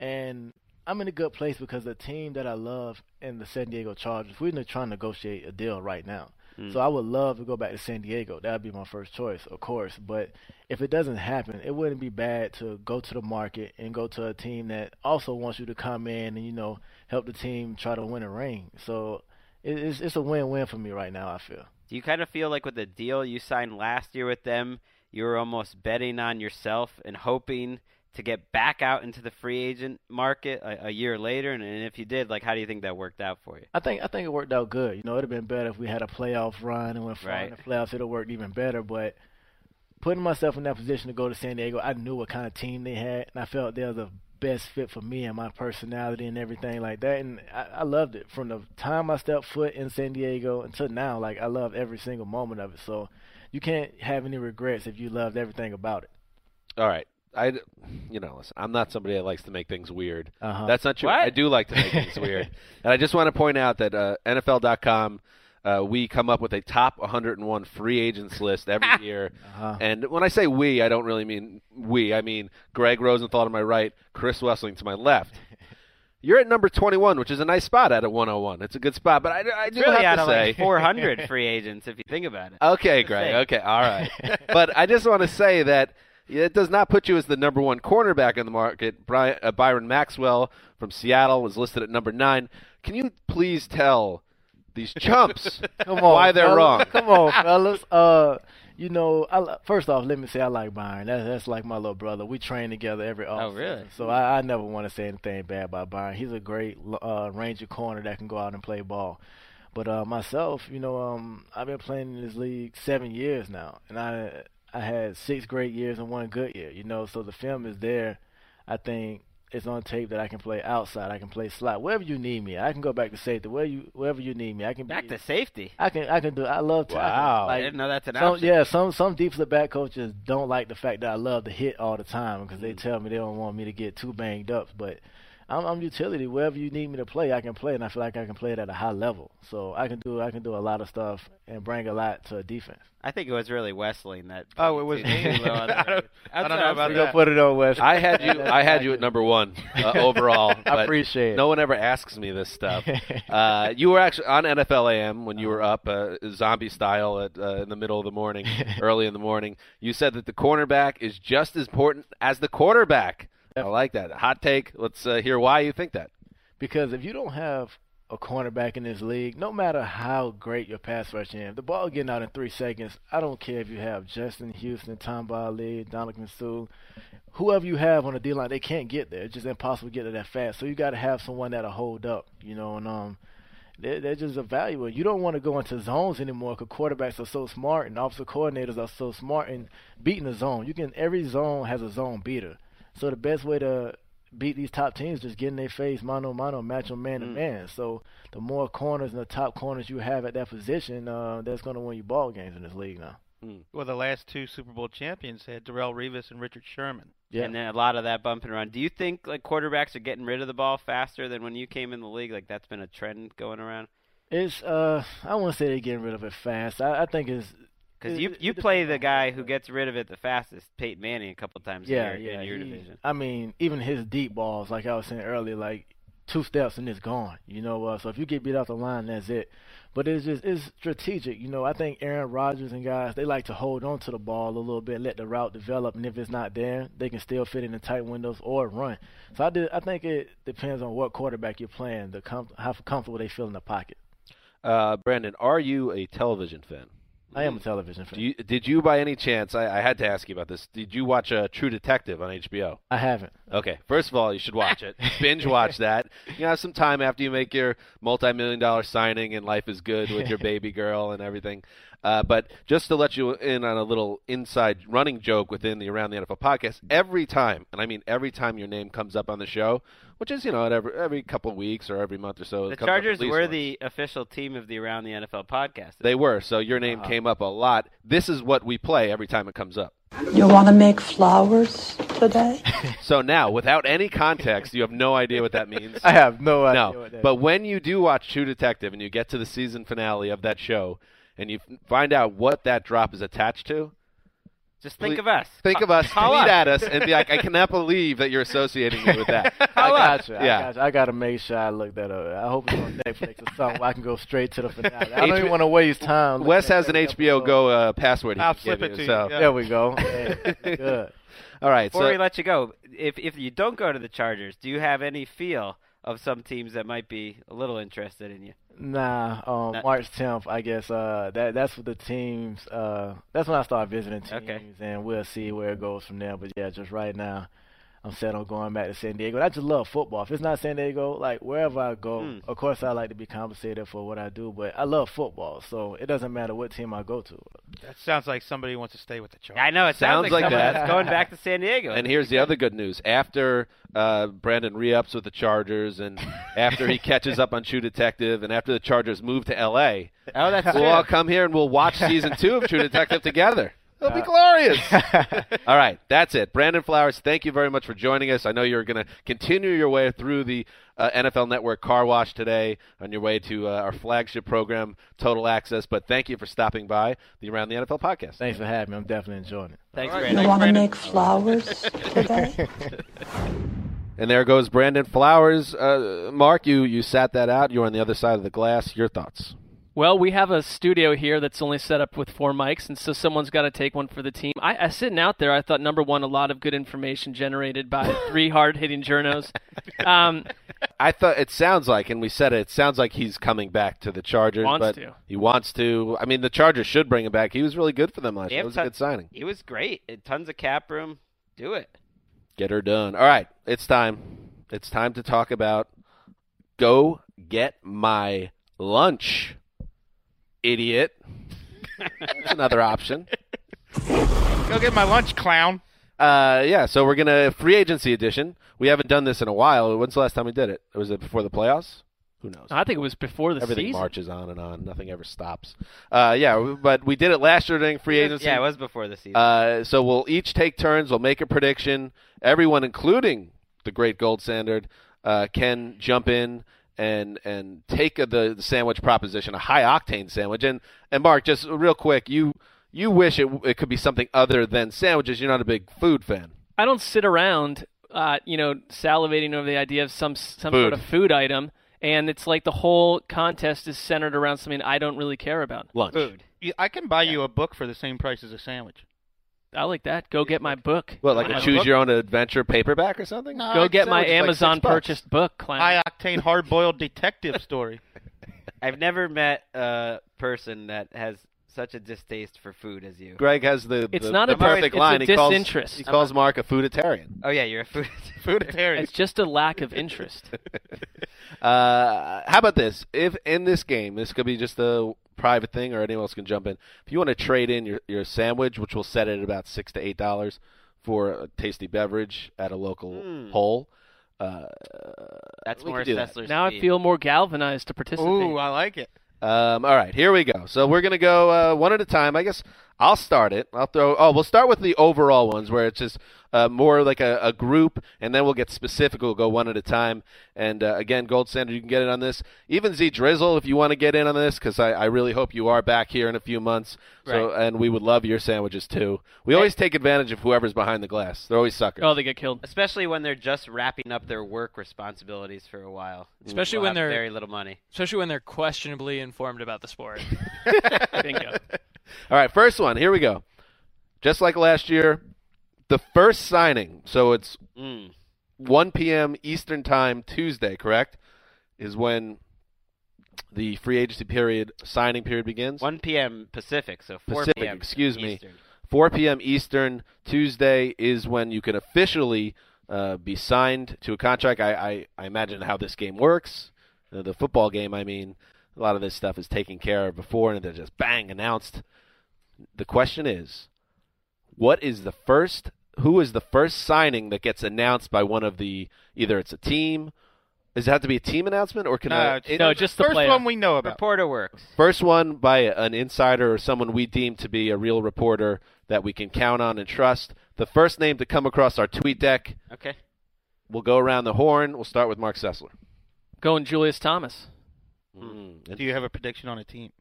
and I'm in a good place because the team that I love and the San Diego Chargers, we're trying to negotiate a deal right now. Mm. So I would love to go back to San Diego. That would be my first choice, of course. But if it doesn't happen, it wouldn't be bad to go to the market and go to a team that also wants you to come in and you know help the team try to win a ring. So it- it's it's a win-win for me right now. I feel. Do you kind of feel like with the deal you signed last year with them, you were almost betting on yourself and hoping to get back out into the free agent market a, a year later? And, and if you did, like, how do you think that worked out for you? I think I think it worked out good. You know, it'd have been better if we had a playoff run and went far in the Right. playoffs. It'd have worked even better. But putting myself in that position to go to San Diego, I knew what kind of team they had, and I felt they were the best fit for me and my personality and everything like that. And I, I loved it from the time I stepped foot in San Diego until now. Like I love every single moment of it. So you can't have any regrets if you loved everything about it. All right. I, you know, listen, I'm not somebody that likes to make things weird. Uh-huh. That's not true. What? I do like to make things weird. And I just want to point out that uh, NFL.com, uh, we come up with a top 101 free agents list every year. Uh-huh. And when I say we, I don't really mean we. I mean Greg Rosenthal to my right, Chris Wessling to my left. You're at number 21, which is a nice spot out of 101. It's a good spot, but I, I It's do really have out to of say Oh, like 400 free agents if you think about it. Okay, Just Greg. saying. Okay, all right. but I just want to say that it does not put you as the number one cornerback in the market. Bry uh, Byron Maxwell from Seattle is listed at number nine. Can you please tell these chumps Come on, why they're fellas. wrong? Come on, fellas. Uh, you know, I, li- first off, let me say I like Byron. That, that's like my little brother. We train together every off. Oh, really? So I, I never want to say anything bad about Byron. He's a great uh, Ranger corner that can go out and play ball. But uh, myself, you know, um, I've been playing in this league seven years now, and I I had six great years and one good year. You know, so the film is there. I think it's on tape that I can play outside. I can play slot. Wherever you need me, I can go back to safety. Where you, wherever you need me, I can Back be, to safety. I can I can do. I love. To, I can- Wow. I like, didn't know that's an some, option. Yeah, some some defensive back coaches don't like the fact that I love to hit all the time because Mm. they tell me they don't want me to get too banged up. But I'm, I'm utility. Wherever you need me to play, I can play, and I feel like I can play it at a high level. So I can do I can do a lot of stuff and bring a lot to a defense. I think it was really Wessling that. Oh, it was too- me. too low on the- I don't- I don't know about Outside- that. Don't put it on Wes. I had you. I had you at number one uh, overall. I but appreciate it. No one ever asks me this stuff. Uh, you were actually on NFL AM when you were up uh, zombie style at, uh, in the middle of the morning, early in the morning. You said that the cornerback is just as important as the quarterback. I like that hot take. Let's uh, hear why you think that. Because if you don't have a cornerback in this league, no matter how great your pass rush is, if the ball getting out in three seconds, I don't care if you have Justin Houston, Tom Bailey, Donovan Sue, whoever you have on the D line, they can't get there. It's just impossible to get there that fast. So you got to have someone that'll hold up, you know, and um, they're, they're just evaluating. You don't want to go into zones anymore because quarterbacks are so smart and offensive coordinators are so smart in beating the zone. You can every zone has a zone beater. So the best way to beat these top teams is just get in their face mano a mano, match them Mm. man to man. So the more corners and the top corners you have at that position, uh, that's going to win you ball games in this league now. Mm. Well, the last two Super Bowl champions had Darrell Revis and Richard Sherman. And then a lot of that bump and run. Do you think like quarterbacks are getting rid of the ball faster than when you came in the league? Like that's been a trend going around. It's uh, I will not say they're getting rid of it fast. I, I think it's Because it- you it- you play the guy who gets rid of it the fastest, Peyton Manning, a couple times yeah, a year yeah. in your he- division. I mean, even his deep balls, like I was saying earlier, like two steps and it's gone. You know, uh, so if you get beat off the line, that's it. But it's just it's strategic. You know, I think Aaron Rodgers and guys they like to hold on to the ball a little bit, let the route develop, and if it's not there, they can still fit in the tight windows or run. So I did, I think it depends on what quarterback you're playing, the com- how comfortable they feel in the pocket. Uh, Brandon, are you a television fan? I Mm. am a television fan. Do you, did you, by any chance? I, I had to ask you about this. Did you watch uh, True Detective on HBO? I haven't. Okay, first of all, you should watch it. Binge watch that. You have some time after you make your multi-million dollar signing and life is good with your baby girl and everything. Uh, but just to let you in on a little inside running joke within the Around the NFL podcast, every time, and I mean every time your name comes up on the show, which is you know at every every couple of weeks or every month or so, it The comes up at Chargers least were once. the official team of the Around the NFL podcast. They were so your name Uh-huh. came up a lot. This is what we play every time it comes up. You want to make flowers? today? So now, without any context, you have no idea what that means. I have no idea No, what that but when you do watch True Detective and you get to the season finale of that show, and you f- find out what that drop is attached to, Just think of us. Think Ca- of us, tweet call us. at us, and be like, "I cannot believe that you're associating me with that." I got you. I Oh, Yeah. got you. I got to make sure I look that up. I hope it's on Netflix or something. where I can go straight to the finale. I don't even want to waste time. looking Wes at has an every HBO Go uh, password. he I'll can flip give it to you, so- yeah. There we go. Yeah, good. All right. Before so, we let you go, if if you don't go to the Chargers, do you have any feel of some teams that might be a little interested in you? Nah, um, Not- March 10th, I guess. Uh, that that's what the teams. Uh, that's when I start visiting teams, and we'll see where it goes from there. But yeah, just right now, I'm set on going back to San Diego. And I just love football. If it's not San Diego, like wherever I go, Mm. of course I like to be compensated for what I do. But I love football, so it doesn't matter what team I go to. That sounds like somebody who wants to stay with the Chargers. I know it sounds, Sounds like someone that. that's going back to San Diego. And here's the other good news: after uh, Brandon re-ups with the Chargers, and after he catches up on True Detective, and after the Chargers move to L.A., oh, that's we'll true. all come here and we'll watch season two of True Detective together. It'll be Uh, glorious. all right, that's it. Brandon Flowers, thank you very much for joining us. I know you're going to continue your way through the uh, NFL Network car wash today on your way to uh, our flagship program, Total Access. But thank you for stopping by the Around the NFL podcast. Thanks for having me. I'm definitely enjoying it. Thanks, you want to make flowers today? And there goes Brandon Flowers. Uh, Mark, you, you sat that out. You're on the other side of the glass. Your thoughts? Well, we have a studio here that's only set up with four mics, and so someone's got to take one for the team. I, I sitting out there, I thought number one, a lot of good information generated by three hard-hitting journos. Um, I thought it sounds like, and we said it, it sounds like he's coming back to the Chargers. Wants but to. He wants to. I mean, the Chargers should bring him back. He was really good for them last They year. have It was a ton- good signing. He was great. Uh, Tons of cap room. Do it. Get her done. All right, it's time. It's time to talk about go get my lunch, idiot. That's another option. Go get my lunch, clown. Uh, yeah, so we're gonna free agency edition. We haven't done this in a while. When's the last time we did it? Was it before the playoffs? Who knows? I think it was before the Everything season. marches on and on. Nothing ever stops. Uh, yeah, but we did it last year during free agency. Yeah, it was before the season. Uh, so we'll each take turns. We'll make a prediction. Everyone, including the great gold standard, uh, can jump in and and take a, the, the sandwich proposition, a high octane sandwich. And and Mark, just real quick, you you wish it it could be something other than sandwiches. You're not a big food fan. I don't sit around, uh, you know, salivating over the idea of some some Food. sort of food item, and it's like the whole contest is centered around something I don't really care about. Lunch. Food. You- I can buy you a book for the same price as a sandwich. I like that. Go get my book. What, like My a choose book. your own adventure paperback or something? No, Go it's get my sandwich is like Amazon six bucks. purchased book, clown. High octane, hard boiled detective story. I've never met a person that has such a distaste for food as you. Greg has the, It's the- not the a- perfect it's a line. he calls, disinterest. He calls Mark a fooditarian. Oh yeah, you're a food. It's just a lack of interest. Uh, how about this? If in this game, this could be just a private thing, or anyone else can jump in. If you want to trade in your, your sandwich, which will set it at about six to eight dollars for a tasty beverage at a local Hmm. hole, uh, That's we could more do that. Sessler's now I speed. feel more galvanized to participate. Ooh, I like it. Um, all right, here we go. So we're gonna go uh, one at a time. I guess I'll start it. I'll throw. Oh, we'll start with the overall ones where it's just uh, more like a, a group, and then we'll get specific. We'll go one at a time. And uh, again, Gold Standard, you can get in on this. Even Z Drizzle, if you want to get in on this, because I, I really hope you are back here in a few months. So and we would love your sandwiches too. We always take advantage of whoever's behind the glass. They're always suckers. Oh, they get killed. especially when they're just wrapping up their work responsibilities for a while. Especially They'll when have they're- very little money. Especially when they're questionably informed about the sport. Bingo. All right, first one. Here we go. Just like last year, the first signing. So it's 1 p.m. Eastern Time Tuesday, correct? Is when the free agency period signing period begins. 1 p.m. Pacific, so 4 Pacific, p.m. excuse me. Eastern. 4 p.m. Eastern Tuesday is when you can officially uh, be signed to a contract. I, I, I imagine how this game works. Uh, the football game, I mean, a lot of this stuff is taken care of before, and they're just bang announced. The question is, what is the first? Who is the first signing that gets announced by one of the? Either it's a team. Does it have to be a team announcement, or can No, I, it's- No, just the first player. one we know Oh, about. Reporter works. First one by an insider or someone we deem to be a real reporter that we can count on and trust. The first name to come across our tweet deck. Okay. We'll go around the horn. We'll start with Mark Sessler. Going Julius Thomas. Hmm. Do you have a prediction on a team?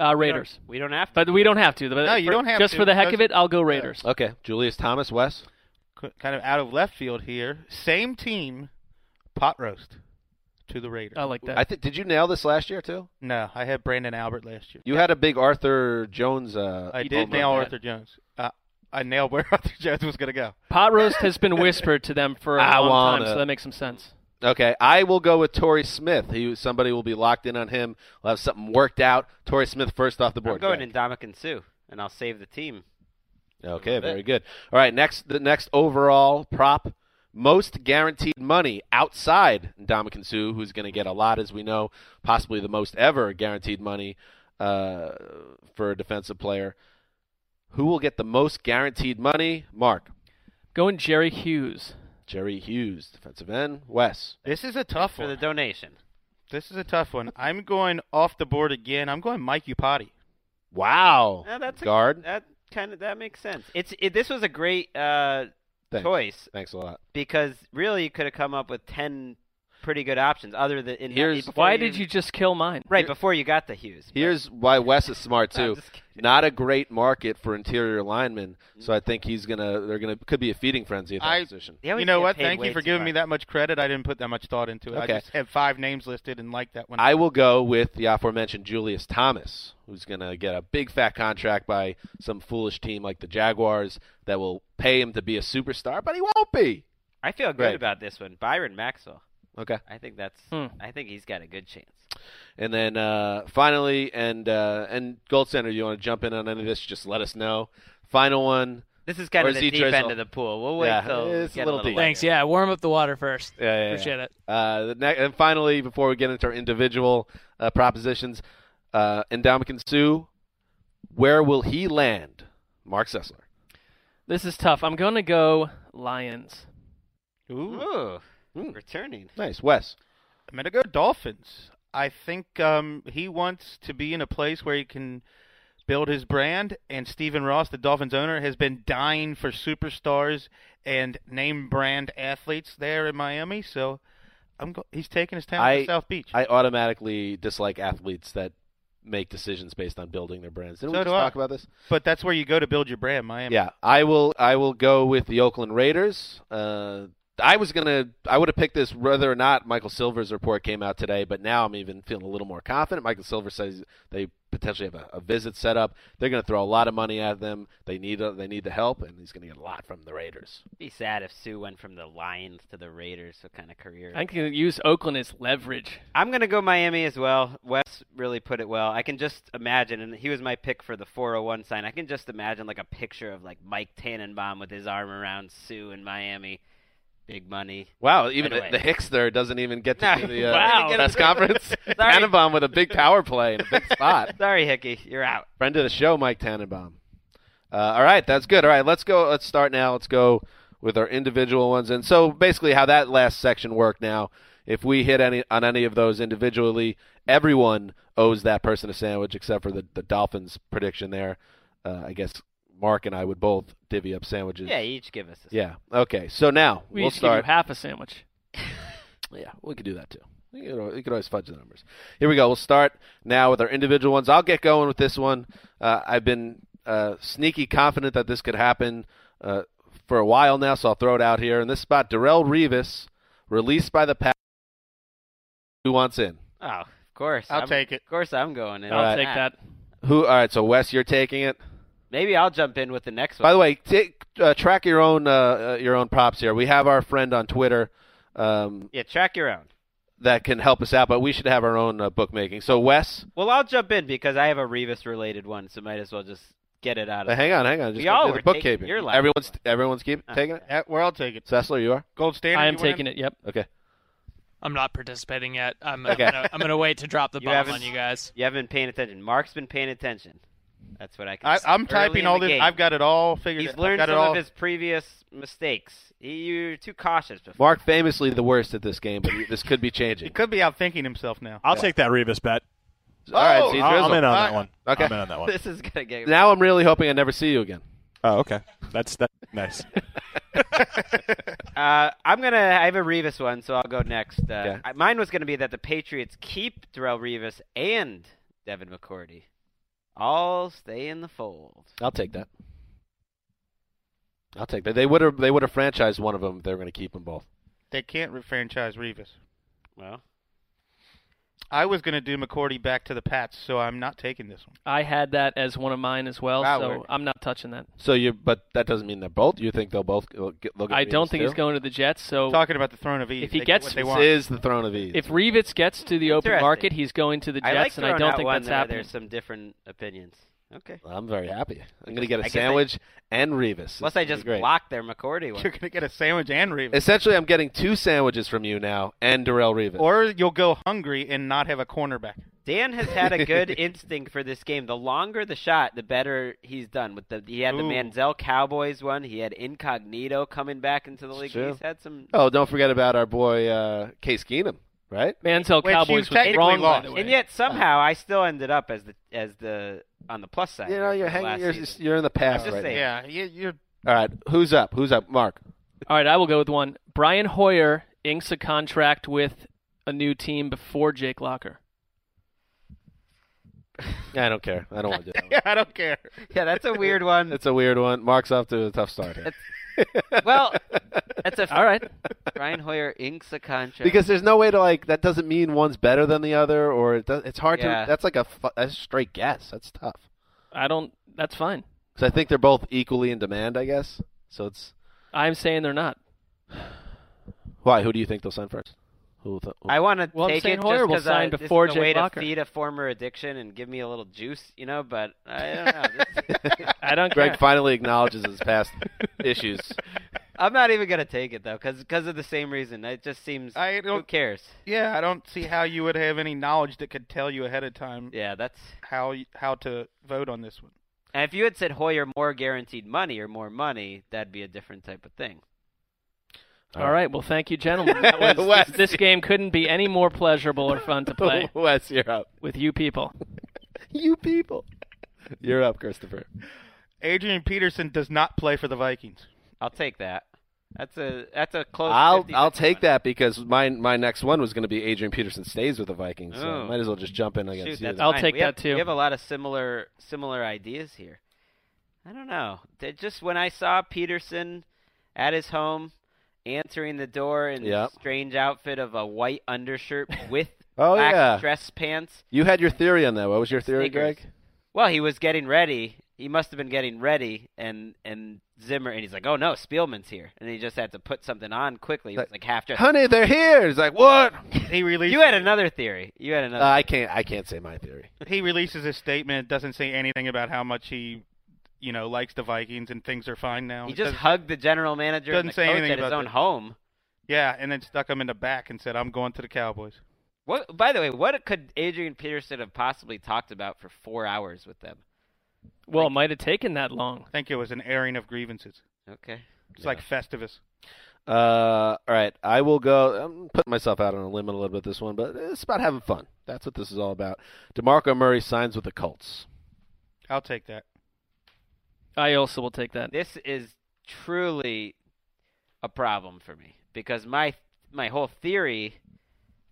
Uh, Raiders. We don't have to. But we don't have to. But No, you for- don't have Just to. for the heck That's- of it, I'll go Raiders. Okay. Julius Thomas, Wes. K- Kind of out of left field here. Same team, pot roast to the Raiders. I like I th- did you nail this last year too? No, I had Brandon Albert last year. You had a big Arthur Jones. Uh, I did nail Arthur Jones. Uh, I nailed where Arthur Jones was going to go. Pot roast has been whispered to them for a I long wanna- time, so that makes some sense. Okay, I will go with Torrey Smith. He, somebody will be locked in on him. We'll have something worked out. Torrey Smith first off the board. I'm going in Dominican Sue, and I'll save the team. Okay, very good. All right, next the next overall prop, most guaranteed money outside Dominican Sue, who's going to get a lot, as we know, possibly the most ever guaranteed money uh, for a defensive player. Who will get the most guaranteed money? Mark. Going Jerry Hughes. Jerry Hughes, defensive end. Wes. This is a tough one. for the donation. This is a tough one. I'm going off the board again. I'm going Mike Upati. Wow. Yeah, that's A, Guard. that kind of that makes sense. It's it, this was a great uh, Thanks. choice Thanks a lot. because really you could have come up with ten pretty good options other than in Here's- before Why you did even- you just kill mine? right before you got the Hughes. Here's why Wes is smart too. I'm just kidding. Mm-hmm. Not a great market for interior linemen, so I think he's gonna. They're gonna could be a feeding frenzy at that I- position. They always You know get what? paid Thank way you for too giving me much. that much credit. I didn't put that much thought into it. Okay. I just had five names listed and liked that one. I will go with the aforementioned Julius Thomas, who's going to get a big fat contract by some foolish team like the Jaguars that will pay him to be a superstar, but he won't be. I feel good Right. about this one, Byron Maxwell. Okay. I think that's Hmm. I think he's got a good chance. And then uh, finally, and uh, and Gold Center, you want to jump in on any of this? Just let us know. Final one. This is kind Or of is the he deep end drizzle? of the pool. We'll wait Yeah, till it's we a get little deep. later. Thanks. Yeah, warm up the water first. Yeah, yeah, yeah. Appreciate it. Uh, the ne- and finally, before we get into our individual uh, propositions, uh, Endowment Sue, where will he land? Mark Sessler. This is tough. I'm going to go Lions. Ooh, Hmm. returning. Nice. Wes. I'm gonna go Dolphins. I think um, he wants to be in a place where he can build his brand. And Stephen Ross, the Dolphins owner, has been dying for superstars and name brand athletes there in Miami. So I'm go- he's taking his talent I- to South Beach. I automatically dislike athletes that make decisions based on building their brands. Didn't we So just do I. talk about this? but that's where you go to build your brand, Miami. Yeah, I will. I will go with the Oakland Raiders. Uh, I was gonna. I would have picked this whether or not Michael Silver's report came out today, but now I'm even feeling a little more confident. Michael Silver says they potentially have a, a visit set up. They're gonna throw a lot of money at them. They need. A, they need the help, and he's gonna get a lot from the Raiders. Be sad if Sue went from the Lions to the Raiders. What kind of career? I can use Oakland as leverage. I'm gonna go Miami as well. Wes really put it well. I can just imagine, and he was my pick for the 401 sign. I can just imagine like a picture of like Mike Tannenbaum with his arm around Sue in Miami, big money. Wow, even Anyway. the, the Hicks there doesn't even get to No, do the uh, wow. Didn't get press it. conference. Sorry. Tannenbaum with a big power play and a big spot. Sorry, Hickey, you're out. Friend of the show, Mike Tannenbaum. Uh, all right, that's good. All right, let's go. Let's start now. Let's go with our individual ones. And so basically, how that last section worked. Now, if we hit any on any of those individually, everyone owes that person a sandwich, except for the, the Dolphins prediction there. Uh, I guess Mark and I would both divvy up sandwiches. Yeah, each give us. A Yeah. Okay. So now We will just give you start. half a sandwich. Yeah, we could do that too. We could, al- we could always fudge the numbers. Here we go. We'll start now with our individual ones. I'll get going with this one. Uh, I've been uh, sneaky confident that this could happen uh, for a while now, so I'll throw it out here. In this spot, Darrell Revis, released by the Pack. Who wants in? Oh, of course. I'll I'm- take it. Of course, I'm going in. I'll on take that. Who? All right. So Wes, you're taking it. Maybe I'll jump in with the next By one. the way, take, uh, track your own uh, uh, your own props here. We have our friend on Twitter. Um, yeah, track your own. that can help us out, but we should have our own uh, bookmaking. So, Wes, Well, I'll jump in because I have a Revis related one, so might as well just get it out But of. hang on, hang on. Just We go all do were the taking bookkeeping. your last everyone's one. everyone's keep Uh, taking it. Yeah, where I'll take it. Sessler, you are Gold standard. I am taking it. Yep. okay. I'm not participating yet. I'm, Okay. I'm, gonna, I'm gonna wait to drop the You bomb haven't- on you guys. You haven't been paying attention. Mark's been paying attention. That's what I can. I, say. I'm Early typing in all the this. game. I've got it all figured. He's out. learned I've got some it all. of his previous mistakes. You're too cautious before. Mark famously the worst at this game, but this could be He changing. could be outthinking himself now. I'll take that Revis bet. all right, Oh, see, I'm Drizzle. in on All that right. one. Okay. I'm in on that one. This is gonna get. Now I'm really hoping I never see you again. Oh, okay. That's that nice. Uh, I'm gonna. I have a Revis one, so I'll go next. Uh, I- Mine was gonna be that the Patriots keep Darrell Revis and Devin McCourty. All stay in the fold. I'll take that. I'll take that. They would have they would have franchised one of them. if They were going to keep them both. They can't refranchise Revis. Well, I was going to do McCourty back to the Pats, so I'm not taking this one. I had that as one of mine as well, Howard. so I'm not touching that. So you, but that doesn't mean they're both. You think they'll both go- get, look at I don't Revis think too? he's going to the Jets. So Talking about the throne of ease, Oh, if he they get gets what they This want. is the throne of ease. if Revis gets to the open Interesting. market, he's going to the Jets, I like and I throwing don't out think one that's where happening. There's some different opinions. Okay. I'm very happy. I'm going to get I a guess I- sandwich and Revis. Unless This I is just great. block their McCourty one. You're going to get a sandwich and Revis. Essentially, I'm getting two sandwiches from you now and Darrell Revis. Or you'll go hungry and not have a cornerback. Dan has had a good instinct for this game. The longer the shot, the better he's done. With the he had the Ooh. Manziel Cowboys one. He had Incognito coming back into the league. true. He's had some. oh, don't forget about our boy uh, Case Keenum, right? Manziel Which Cowboys you was technically wrong, lost. by the way. And yet somehow I still ended up as the as the on the plus side. You know, for you're the last hanging. You're, season. you're in the I'm past just right saying. Yeah, you, you're now. All right, who's up? Who's up? Mark. All right, I will go with one. Brian Hoyer inks a contract with a new team before Jake Locker. I don't care. I don't want to do that. Yeah, I don't care. Yeah, that's a weird one. It's a weird one. Mark's off to a tough start here. well, that's a All right. Brian Hoyer inks a contract Because there's no way to like that doesn't mean one's better than the other, or it does, it's hard Yeah. to. That's like a, fu- that's a straight guess. That's tough. I don't. That's fine. Because I think they're both equally in demand. I guess. So it's I'm saying they're not. why? Who do you think they'll sign first? Who? Th- who- I want to Well, I'm take saying it Hoyer just will because sign uh, this is before a Jake way to Locker. feed a former addiction and give me a little juice, you know. But I don't know. This- I don't Greg care. finally acknowledges his past issues. I'm not even gonna take it though, because of the same reason. It just seems. I who don't. cares? Yeah, I don't see how you would have any knowledge that could tell you ahead of time Yeah, that's. how y- how to vote on this one. And if you had said Hoyer more guaranteed money or more money, that'd be a different type of thing. All right. Well, thank you, gentlemen. That was- Wes. this, this game couldn't be any more pleasurable or fun to play Wes, you're up. with you people. You people, you're up, Christopher. Adrian Peterson does not play for the Vikings. I'll take that. That's a that's a close. I'll 50-50 I'll take one. that because my my next one was going to be Adrian Peterson stays with the Vikings. So Oh. might as well just jump in against Shoot, you. that's then. I'll fine. take we have, that, too. We have a lot of similar similar ideas here. I don't know. They- just when I saw Peterson at his home answering the door in Yep. the strange outfit of a white undershirt with Oh, black yeah. dress pants. You had your theory on that. What was your theory, Sneakers. Greg? Well, he was getting ready. He must have been getting ready, and and Zimmer, and he's like, "Oh no, Spielman's here," and he just had to put something on quickly. It was like half dressed. Honey, they're here. He's like, what? Uh, He releases You had another theory. You had another. I can't. I can't say my theory. he releases his statement. Doesn't say anything about how much he, you know, likes the Vikings and things are fine now. he It just doesn't- hugged the general manager doesn't and the say coach anything at his about own that. home. yeah, and then stuck him in the back and said, "I'm going to the Cowboys." What? By the way, what could Adrian Peterson have possibly talked about for four hours with them? Well, it might have taken that long. I think it was an airing of grievances. Okay. It's like Festivus. Uh, all right. I will go. I'm putting myself out on a limb a little bit this one, but it's about having fun. That's what this is all about. Demarco Murray signs with the Colts. I'll take that. I also will take that. This is truly a problem for me because my my whole theory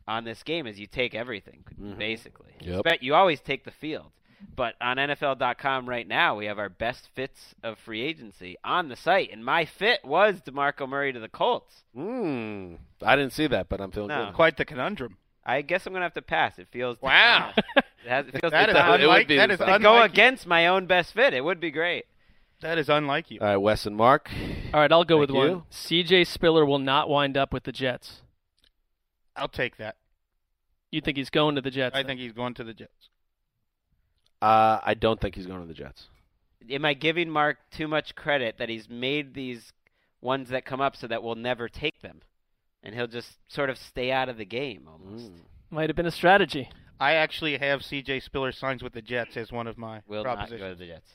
on this game is you take everything Mm-hmm. basically. Yep. But you always take the field. But on NFL.com right now, we have our best fits of free agency on the site, and my fit was Demarco Murray to the Colts. Mm. I didn't see that, but I'm feeling No. good. Quite the conundrum. I guess I'm gonna have to pass. It feels Wow. It has- it feels That is It would unlike. be That the is same. to go unlike you. against my own best fit. It would be great. That is unlike you. All right, Wes and Mark. All right, I'll go with Thank one. you. CJ Spiller will not wind up with the Jets. I'll take that. You think he's going to the Jets? I then? think he's going to the Jets. Uh, I don't think he's going to the Jets. Am I giving Mark too much credit that he's made these ones that come up so that we'll never take them, and he'll just sort of stay out of the game almost? might have been a strategy. I actually have C.J. Spiller signs with the Jets as one of my Will not go to propositions. the Jets.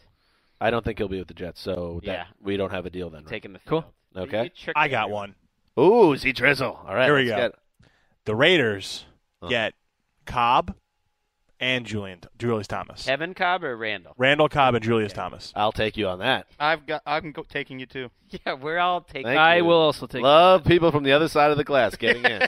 I don't think he'll be with the Jets, so that, Yeah. we don't have a deal then. Right? Taking the Cool. field. Okay. You tricked I got everyone. one. Ooh, Z Drizzle. All right. Here we let's go. The Raiders Huh. get Cobb and Julian Julius Thomas. Kevin Cobb or Randall? Randall Cobb and Julius Thomas. I'll take you on that. I've got. I'm go- taking you too. Yeah, we're all taking. Thank I you. will also take. Love people from the other side of the glass getting in.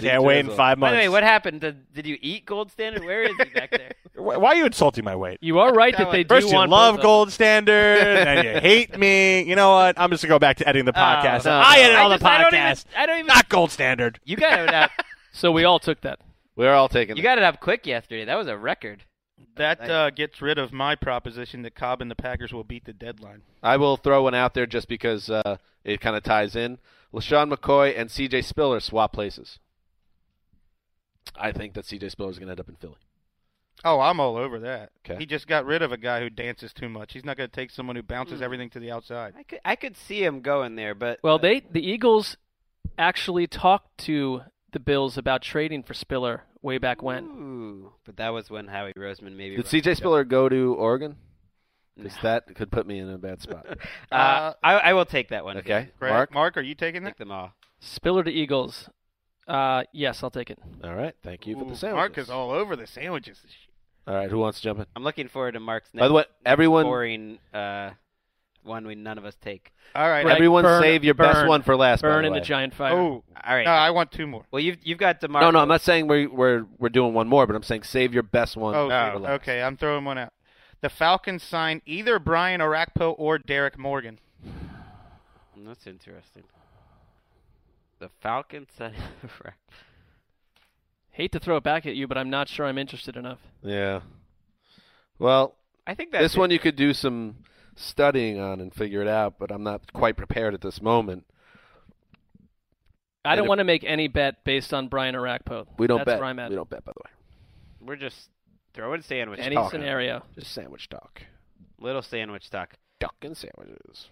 Can't wait in five By months. the way, what happened? Did, did you eat Gold Standard? Where is he back there? Why why are you insulting my weight? You are right that they do First you want love both of gold standard, and you hate me. You know what? I'm just gonna go back to editing the podcast. no, I no. edit I all just- the I don't even- podcasts. Uh, I don't even. Not gold standard. You got it up. So we all took that. We're all taking. You that. got it up quick yesterday. That was a record. That Thank- uh, gets rid of my proposition that Cobb and the Packers will beat the deadline. I will throw one out there just because uh, it kind of ties in. LaShawn McCoy and C.J. Spiller swap places. I think that C.J. Spiller is going to end up in Philly. Oh, I'm all over that. 'Kay. He just got rid of a guy who dances too much. He's not going to take someone who bounces Hmm. everything to the outside. I could I could see him going there, but uh, Well, they the Eagles actually talked to the Bills about trading for Spiller way back when. Ooh, but that was when Howie Roseman maybe. Did rushed C.J. it. Spiller go to Oregon? Because No. that could put me in a bad spot. Uh, I, I will take that one. Okay, Great. Mark. Mark, are you taking that? Take them all. Spiller to Eagles. Uh, yes, I'll take it. All right, thank you for Ooh, the sandwiches. Mark is all over the sandwiches. All right, who wants to jump in? I'm looking forward to Mark's next By the way, everyone, boring uh, one we none of us take. All right. Right. everyone, Burn- save your best burn- one for last. by Burn the in the way. giant fire. Oh, All right. no, I want two more. well, you've you've got Demar. No, no, I'm not saying we're we're we're doing one more, but I'm saying save your best one. Oh, for last. okay. I'm throwing one out. The Falcons sign either Brian Arakpo or Derek Morgan. Mm, That's interesting. The Falcons. said- Hate to throw it back at you, but I'm not sure I'm interested enough. Yeah. Well, I think that's this it. one you could do some studying on and figure it out, but I'm not quite prepared at this moment. I And don't if- want to make any bet based on Brian Arakpo. We don't That's bet. where I'm at. We don't bet, by the way. We're just throwing sandwich Any talk. scenario. Just sandwich talk. Little sandwich talk. Duck and sandwiches.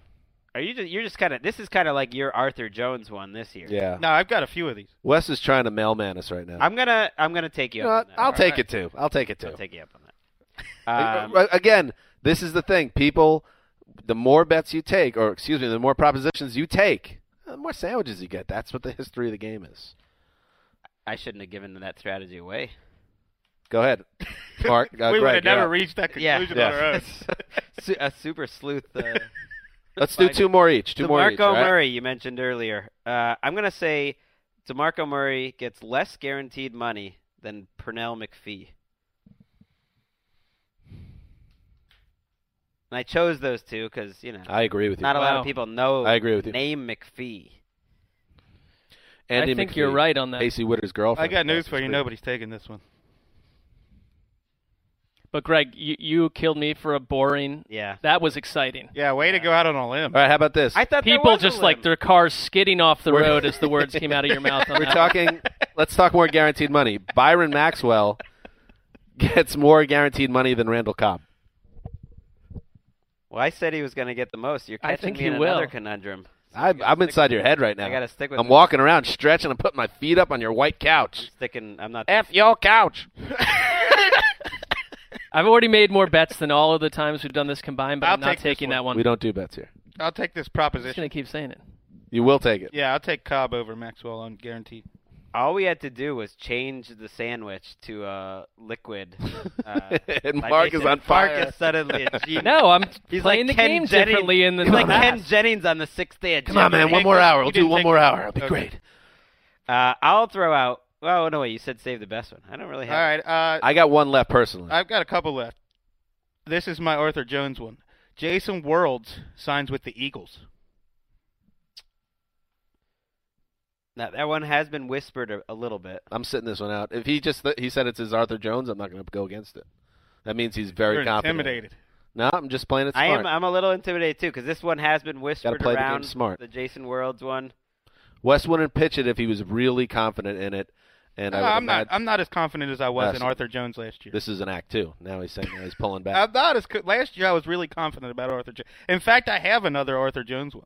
Are you just you're just kind of this is kind of like your Arthur Jones one this year. Yeah. No, I've got a few of these. Wes is trying to mailman us right now. I'm gonna I'm gonna take you. You know up what? on that. I'll All take right. it too. I'll take it too. I'll take you up on that. Um, Uh, Again, this is the thing, people. The more bets you take, or excuse me, the more propositions you take, the more sandwiches you get. That's what the history of the game is. I shouldn't have given that strategy away. Go ahead, Mark. Uh, we would Greg, have you're never up. reached that Yeah. conclusion Yeah. on our own. Su- a super sleuth. Uh, Let's do two more each. Two more DeMarco each. all right? Murray, you mentioned earlier. Uh, I'm gonna say DeMarco Murray gets less guaranteed money than Pernell McPhee. And I chose those two because you know I agree with you. not a lot Wow. of people know. I agree with you. Name McPhee. Andy I think McPhee, you're right on that. AC Witter's girlfriend. I got news That's for you. pretty- Nobody's taking this one. But Greg, you, you killed me for a boring. Yeah. That was exciting. Yeah, way to go out on a limb. All right, how about this? I thought there People was a just like limb. their cars skidding off the We're- road as the words came out of your mouth. On We're that talking. let's talk more guaranteed money. Byron Maxwell gets more guaranteed money than Randall Cobb. Well, I said he was going to get the most. You're I catching think me in he will. another conundrum. I, I'm inside your head right now. I gotta stick with I'm it. walking around, stretching, and putting my feet up on your white couch. Sticking, I'm not. F your couch. I've already made more bets than all of the times we've done this combined, but I'll am not take this taking one. that one. We don't do bets here. I'll take this I'm just proposition. going to keep saying it. You will take it. Yeah, I'll take Cobb over Maxwell on guaranteed. All we had to do was change the sandwich to uh, liquid. Uh, and Mark is on fire. Mark is suddenly a genius. No, I'm He's playing like the Ken game Jennings. differently in the He's like past. Ken Jennings on the sixth day of Come on, man. Jeopardy. One more hour. We'll You do didn't one take- more hour. It'll be Okay. great. Uh, I'll throw out. Well, no, wait. You said save the best one. I don't really All have. right. Uh, I got one left personally. I've got a couple left. This is my Arthur Jones one. Jason Worlds signs with the Eagles. Now, that one has been whispered a, a little bit. I'm sitting this one out. If he just he said it's his Arthur Jones, I'm not going to go against it. That means he's very You're confident. intimidated. No, I'm just playing it I smart. am. I'm a little intimidated too because this one has been whispered play the game around. smart. The Jason Worlds one. Wes wouldn't pitch it if he was really confident in it. And I No, would I'm not. imagine- I'm not as confident as I was Last in year. Arthur Jones last year. This is an act two. Now he's saying now he's pulling back. I'm not as co- last year. I was really confident about Arthur. Jones. In fact, I have another Arthur Jones one.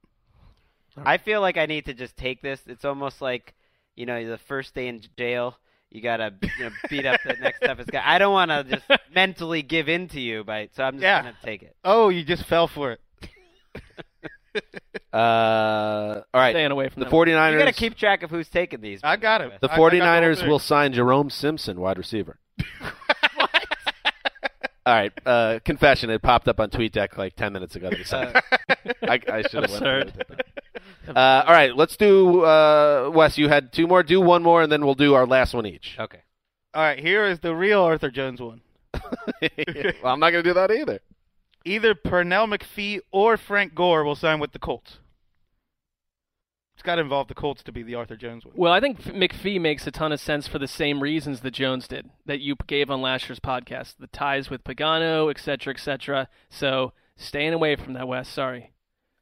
I feel like I need to just take this. It's almost like, you know, the first day in j- jail, you gotta you know, beat up the next toughest guy. I don't want to just mentally give in to you, by so I'm just Yeah. gonna take it. Oh, you just fell for it. Uh, all right. Staying away from the that one. 49ers. You gotta keep track of who's taking these. I got it. the I- I got the whole 49ers thing. will sign Jerome Simpson, wide receiver. All right, uh, confession. It popped up on TweetDeck like ten minutes ago. That we saw it. I, I should have went. Absurd. Uh, all right, let's do. Uh, Wes, you had two more. Do one more, and then we'll do our last one each. Okay. All right, here is the real Arthur Jones one. well, I'm not going to do that either. Either Pernell McPhee or Frank Gore will sign with the Colts. It's got to involve the Colts to be the Arthur Jones one. Well, I think F- McPhee makes a ton of sense for the same reasons that Jones did that you gave on last year's podcast, the ties with Pagano, et cetera, et cetera. So staying away from that, Wes. Sorry.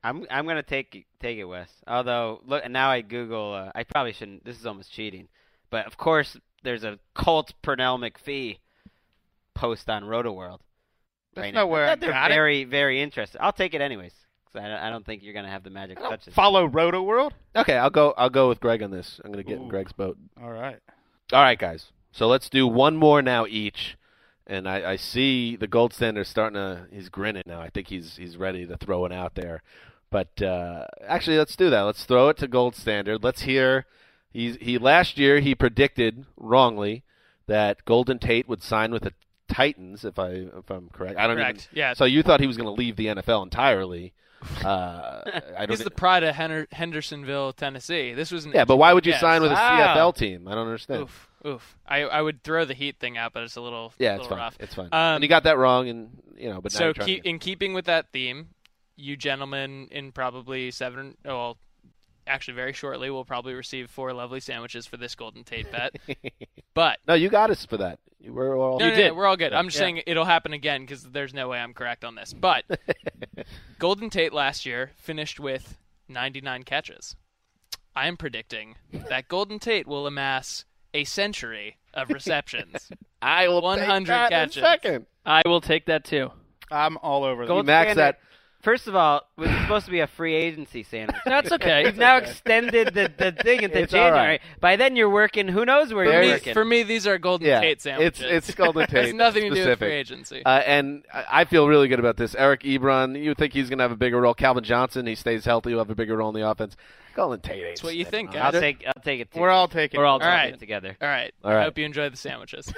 I'm I'm gonna take take it, Wes. Although look, and now I Google. Uh, I probably shouldn't. This is almost cheating, but of course there's a Colts Pernell McPhee post on RotoWorld. That's not where I They're got it. very very interesting. I'll take it anyways. 'cause I don't, I don't think you're gonna have the magic touches. Follow Roto World. Okay, I'll go. I'll go with Greg on this. I'm going to get in Ooh. Greg's boat. All right. All right, guys. So let's do one more now each. And I, I see the gold standard starting to. He's grinning now. I think he's he's ready to throw it out there. But uh, actually, let's do that. Let's throw it to gold standard. Let's hear. He's he last year he predicted wrongly that Golden Tate would sign with the Titans. If I if I'm correct, I don't Correct, even. yeah. So you thought he was going to leave the NFL entirely? Uh, I don't. He's the pride of Henner- Hendersonville, Tennessee. This was an yeah, but why would you Yes. sign with a Wow. CFL team? I don't understand. Oof, oof. I, I would throw the heat thing out, but it's a little Yeah, little it's fine. rough. It's fine. Um, and you got that wrong, and you know, but now so you're trying keep, in keeping with that theme, you gentlemen in probably seven, oh, well, actually very shortly will probably receive four lovely sandwiches for this Golden Tate bet. but no, you got us for that. You were all No, no, no, we're all good. I'm just saying it'll happen again because there's no way I'm correct on this. But Golden Tate last year finished with 99 catches. I am predicting that Golden Tate will amass a century of receptions. I will 100 that in a catches. second. I will take that too. I'm all over Gold that. standard- First of all, it was supposed to be a free agency sandwich. That's okay. You've now extended the, the thing into It's all January. right. By then, you're working. Who knows where There you're you- working? For me, these are Golden Yeah, Tate sandwiches. it's it's Golden Tate. it's nothing to do with specific. free agency. Uh, and I I feel really good about this. Eric Ebron, you would think he's going to have a bigger role. Calvin Johnson, he stays healthy, will have a bigger role in the offense. Golden Tate. That's what you think, I'll guys. take. I'll take it. Too. We're all taking. We're all All taking right. it together. All right. All right. I hope you enjoy the sandwiches.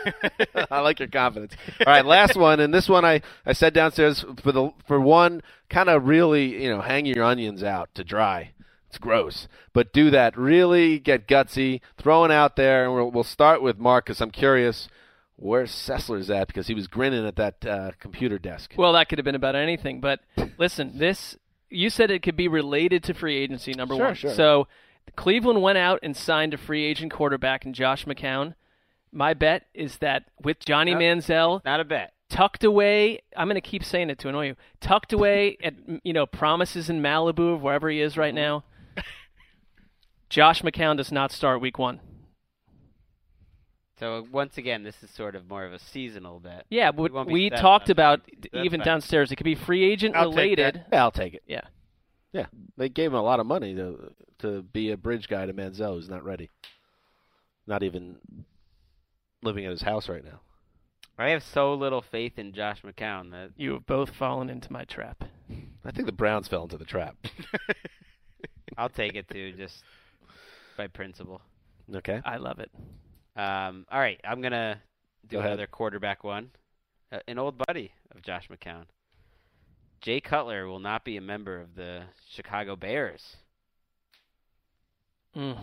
I like your confidence. All right, last one, and this one I, I said downstairs for the for one kind of really you know hang your onions out to dry. It's gross, but do that. Really get gutsy, throwing out there, and we'll, we'll start with Mark because I'm curious where Sessler's at because he was grinning at that uh, computer desk. Well, that could have been about anything, but listen, this you said it could be related to free agency number Sure, one. sure. So Cleveland went out and signed a free agent quarterback in Josh McCown. My bet is that with Johnny Not- Manziel Not a bet. tucked away, I'm going to keep saying it to annoy you. Tucked away at you know promises in Malibu of wherever he is right Mm-hmm. now. Josh McCown does not start week one. So once again, this is sort of more of a seasonal bet. Yeah, It but won't be we that talked much. about That's even fine. downstairs. It could be free agent I'll take that. related. Yeah, I'll take it. Yeah. Yeah, they gave him a lot of money to to be a bridge guy to Manziel, who's not ready, not even living at his house right now. I have so little faith in Josh McCown that You have both fallen into my trap. I think the Browns fell into the trap. I'll take it too, just by principle. Okay. I love it. Um, all right, I'm gonna do Go ahead. another quarterback one. Uh, an old buddy of Josh McCown, Jay Cutler will not be a member of the Chicago Bears. Mm.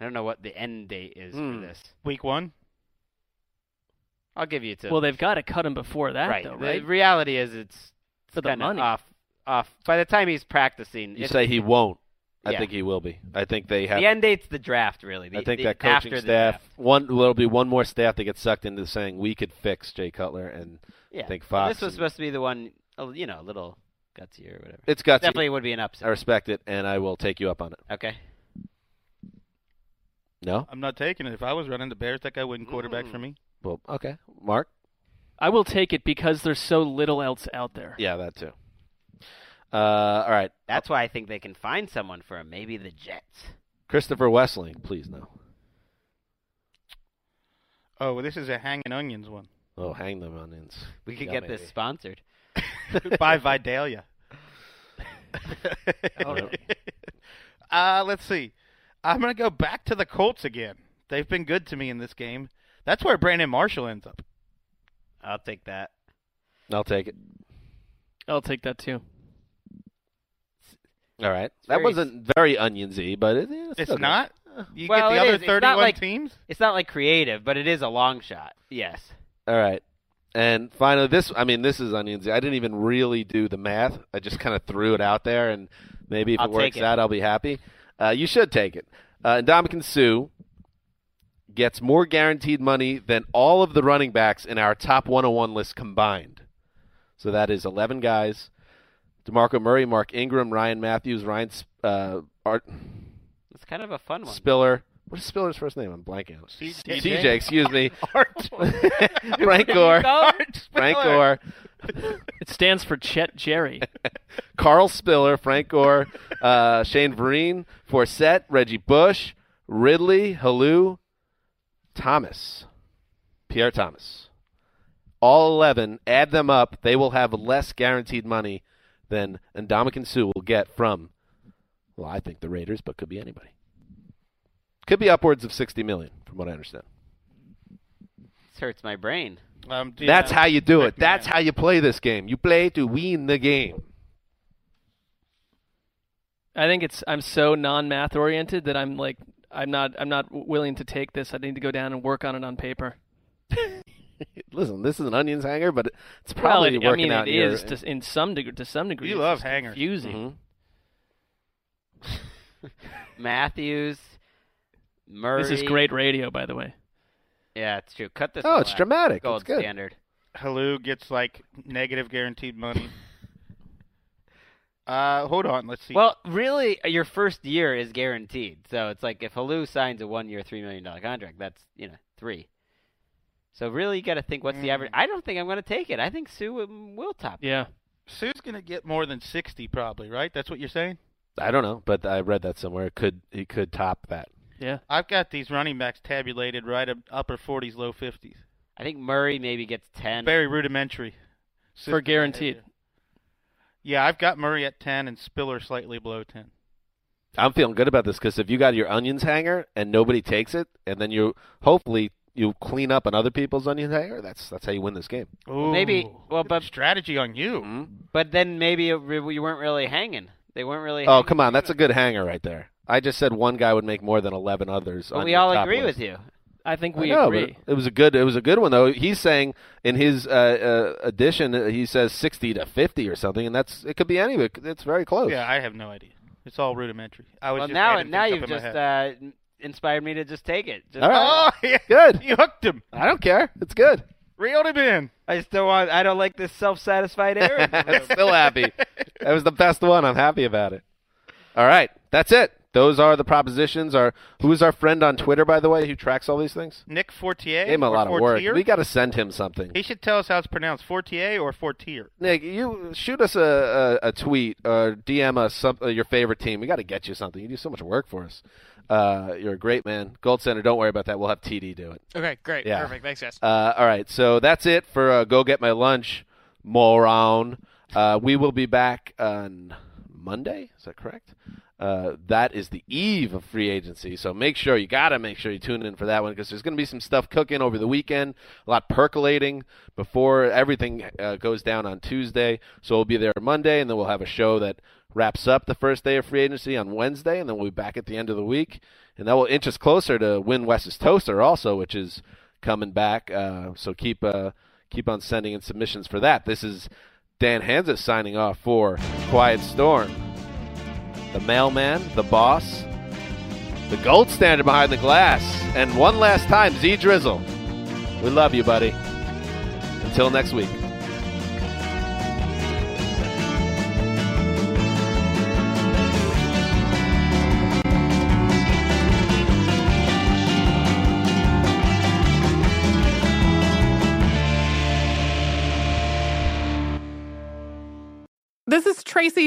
I don't know what the end date is Hmm. for this. Week one. I'll give you to Well, they've got to cut him before that, right. though, the right? reality is it's For the kinda money. off off. By the time he's practicing, You it's- say he won't. I Yeah. think he will be. I think they have. the end date's the draft, really. The, I think the- that coaching after the staff. draft. One there'll be one more staff that gets sucked into saying we could fix Jay Cutler, and Yeah, I think Well, Fox. This was and- supposed to be the one, oh, you know, a little gutsier or whatever. it's gutsy. Definitely would be an I upset. respect it, and I will take you up on it. Okay. oh. No. I'm not taking it. If I was running the Bears, that guy wouldn't quarterback for me. Well, okay, Mark. I will take it because there's so little else out there. Yeah, that too. Uh, all right, That's why I think they can find someone for him. Maybe the Jets. Christopher Wessling, please no. Oh, well, this is a hanging onions one Oh, hang them onions. We could Yeah, get maybe. this sponsored. by Vidalia. Oh, uh, let's see. I'm gonna go back to the Colts again. They've been good to me in this game. That's where Brandon Marshall ends up. I'll take that. I'll take it. I'll take that too. All right. that very- wasn't very onionsy, but it, it's, It's okay. not? You well, get it the is. other It's not 31 like- teams. It's not like creative, but it is a long shot. Yes. All right. And finally, this, I mean, this is onions. I didn't even really do the math. I just kind of threw it out there, and maybe if I'll it take works it. out, I'll be happy. Uh, you should take it. Uh, Dominican Sue gets more guaranteed money than all of the running backs in our top 101 list combined. So that is 11 guys. DeMarco Murray, Mark Ingram, Ryan Matthews, Ryan Sp- uh, Art- It's kind of a fun one. Spiller. What is Spiller's first name? I'm blanking. on it. CJ. CJ, excuse me. Art. Frank Gore. Art Frank Spiller. Gore. It stands for Chet Jerry. Carl Spiller, Frank Gore, uh, Shane Vereen, Forsett, Reggie Bush, Ridley, Halou, Thomas, Pierre Thomas. All 11, add them up, they will have less guaranteed money than Ndamukong Sue will get from, well, I think the Raiders, but could be anybody. Could be upwards of 60 million, from what I understand. This hurts my brain. Um, That's how you do it. That's how you play this game. You play to win the game. I think it's I'm so non-math oriented that I'm like I'm not I'm not willing to take this. I need to go down and work on it on paper. Listen, this is an onions hanger, but it's probably well, it, working I mean, out it in your- Mm-hmm. is to, in some degree to some degree. You it's love just hangers. Confusing. Matthews. Murray. This is great radio, by the way. Yeah, it's true. Cut this. Oh, it's slack. dramatic. It's Gold good. standard. Halu gets like negative guaranteed money. uh, hold on, let's see. Well, really, your first year is guaranteed. So it's like if Halu signs a one-year, three million dollar contract, that's you know three. So really, you got to think what's the Mm. average. I don't think I'm going to take it. I think Sue will will top. it. Yeah. Sue's gonna get more than sixty, probably. Right? That's what you're saying. I don't know, but I read that somewhere. It could it could top that. Yeah. I've got these running backs tabulated right up upper 40s, low 50s. I think Murray maybe gets ten. Very rudimentary. system For right guaranteed. here. Yeah, I've got Murray at 10 and Spiller slightly below 10. I'm feeling good about this because if you got your onions hanger and nobody takes it, and then you hopefully you clean up on other people's onion hanger, that's that's how you win this game. Ooh, maybe- well, but- strategy on you. Mm-hmm. But then maybe it re- you weren't really hanging. They weren't really. Oh hanging. come on, that's a good hanger right there. I just said one guy would make more than eleven others. But on we your all top agree list. with you. I think I we know, but agree. It was a good. It was a good one though. He's saying in his uh, uh, edition, uh, he says sixty to fifty or something, and that's it. Could be any. of it. It's very close. Yeah, I have no idea. It's all rudimentary. I was Well, just now adding now things up you've in my just head. uh, inspired me to just take it. Just, All right. Oh, yeah. Good. You hooked him. I don't care. It's good. Reeled him in. I still want. I don't like this self-satisfied Aaron. Still happy. That was the best one. I'm happy about it. All right, that's it. Those are the propositions. Our who is our friend on Twitter, by the way, who tracks all these things? Nick Fortier. Gave him a or lot of work. Fortier? We got to send him something. He should tell us how it's pronounced, Fortier or Fortier. Nick, you shoot us a, a, a tweet or DM us some, uh, your favorite team. We got to get you something. You do so much work for us. Uh, you're a great man, Gold Center. Don't worry about that. We'll have TD do it. Okay, great. Yeah. Perfect. Thanks, guys. Uh, all right, so that's it for uh, go get my lunch, moron. Uh, we will be back on Monday. Is that correct? Uh, that is the eve of free agency, so make sure you gotta make sure you tune in for that one because there's gonna be some stuff cooking over the weekend, a lot percolating before everything uh, goes down on Tuesday. So we'll be there Monday, and then we'll have a show that wraps up the first day of free agency on Wednesday, and then we'll be back at the end of the week, and that will inch us closer to Win West's toaster also, which is coming back. Uh, so keep uh, keep on sending in submissions for that. This is Dan Hansa signing off for Quiet Storm, the mailman, the boss, the gold standard behind the glass, and one last time, Z Drizzle. We love you, buddy. Until next week. This is Tracy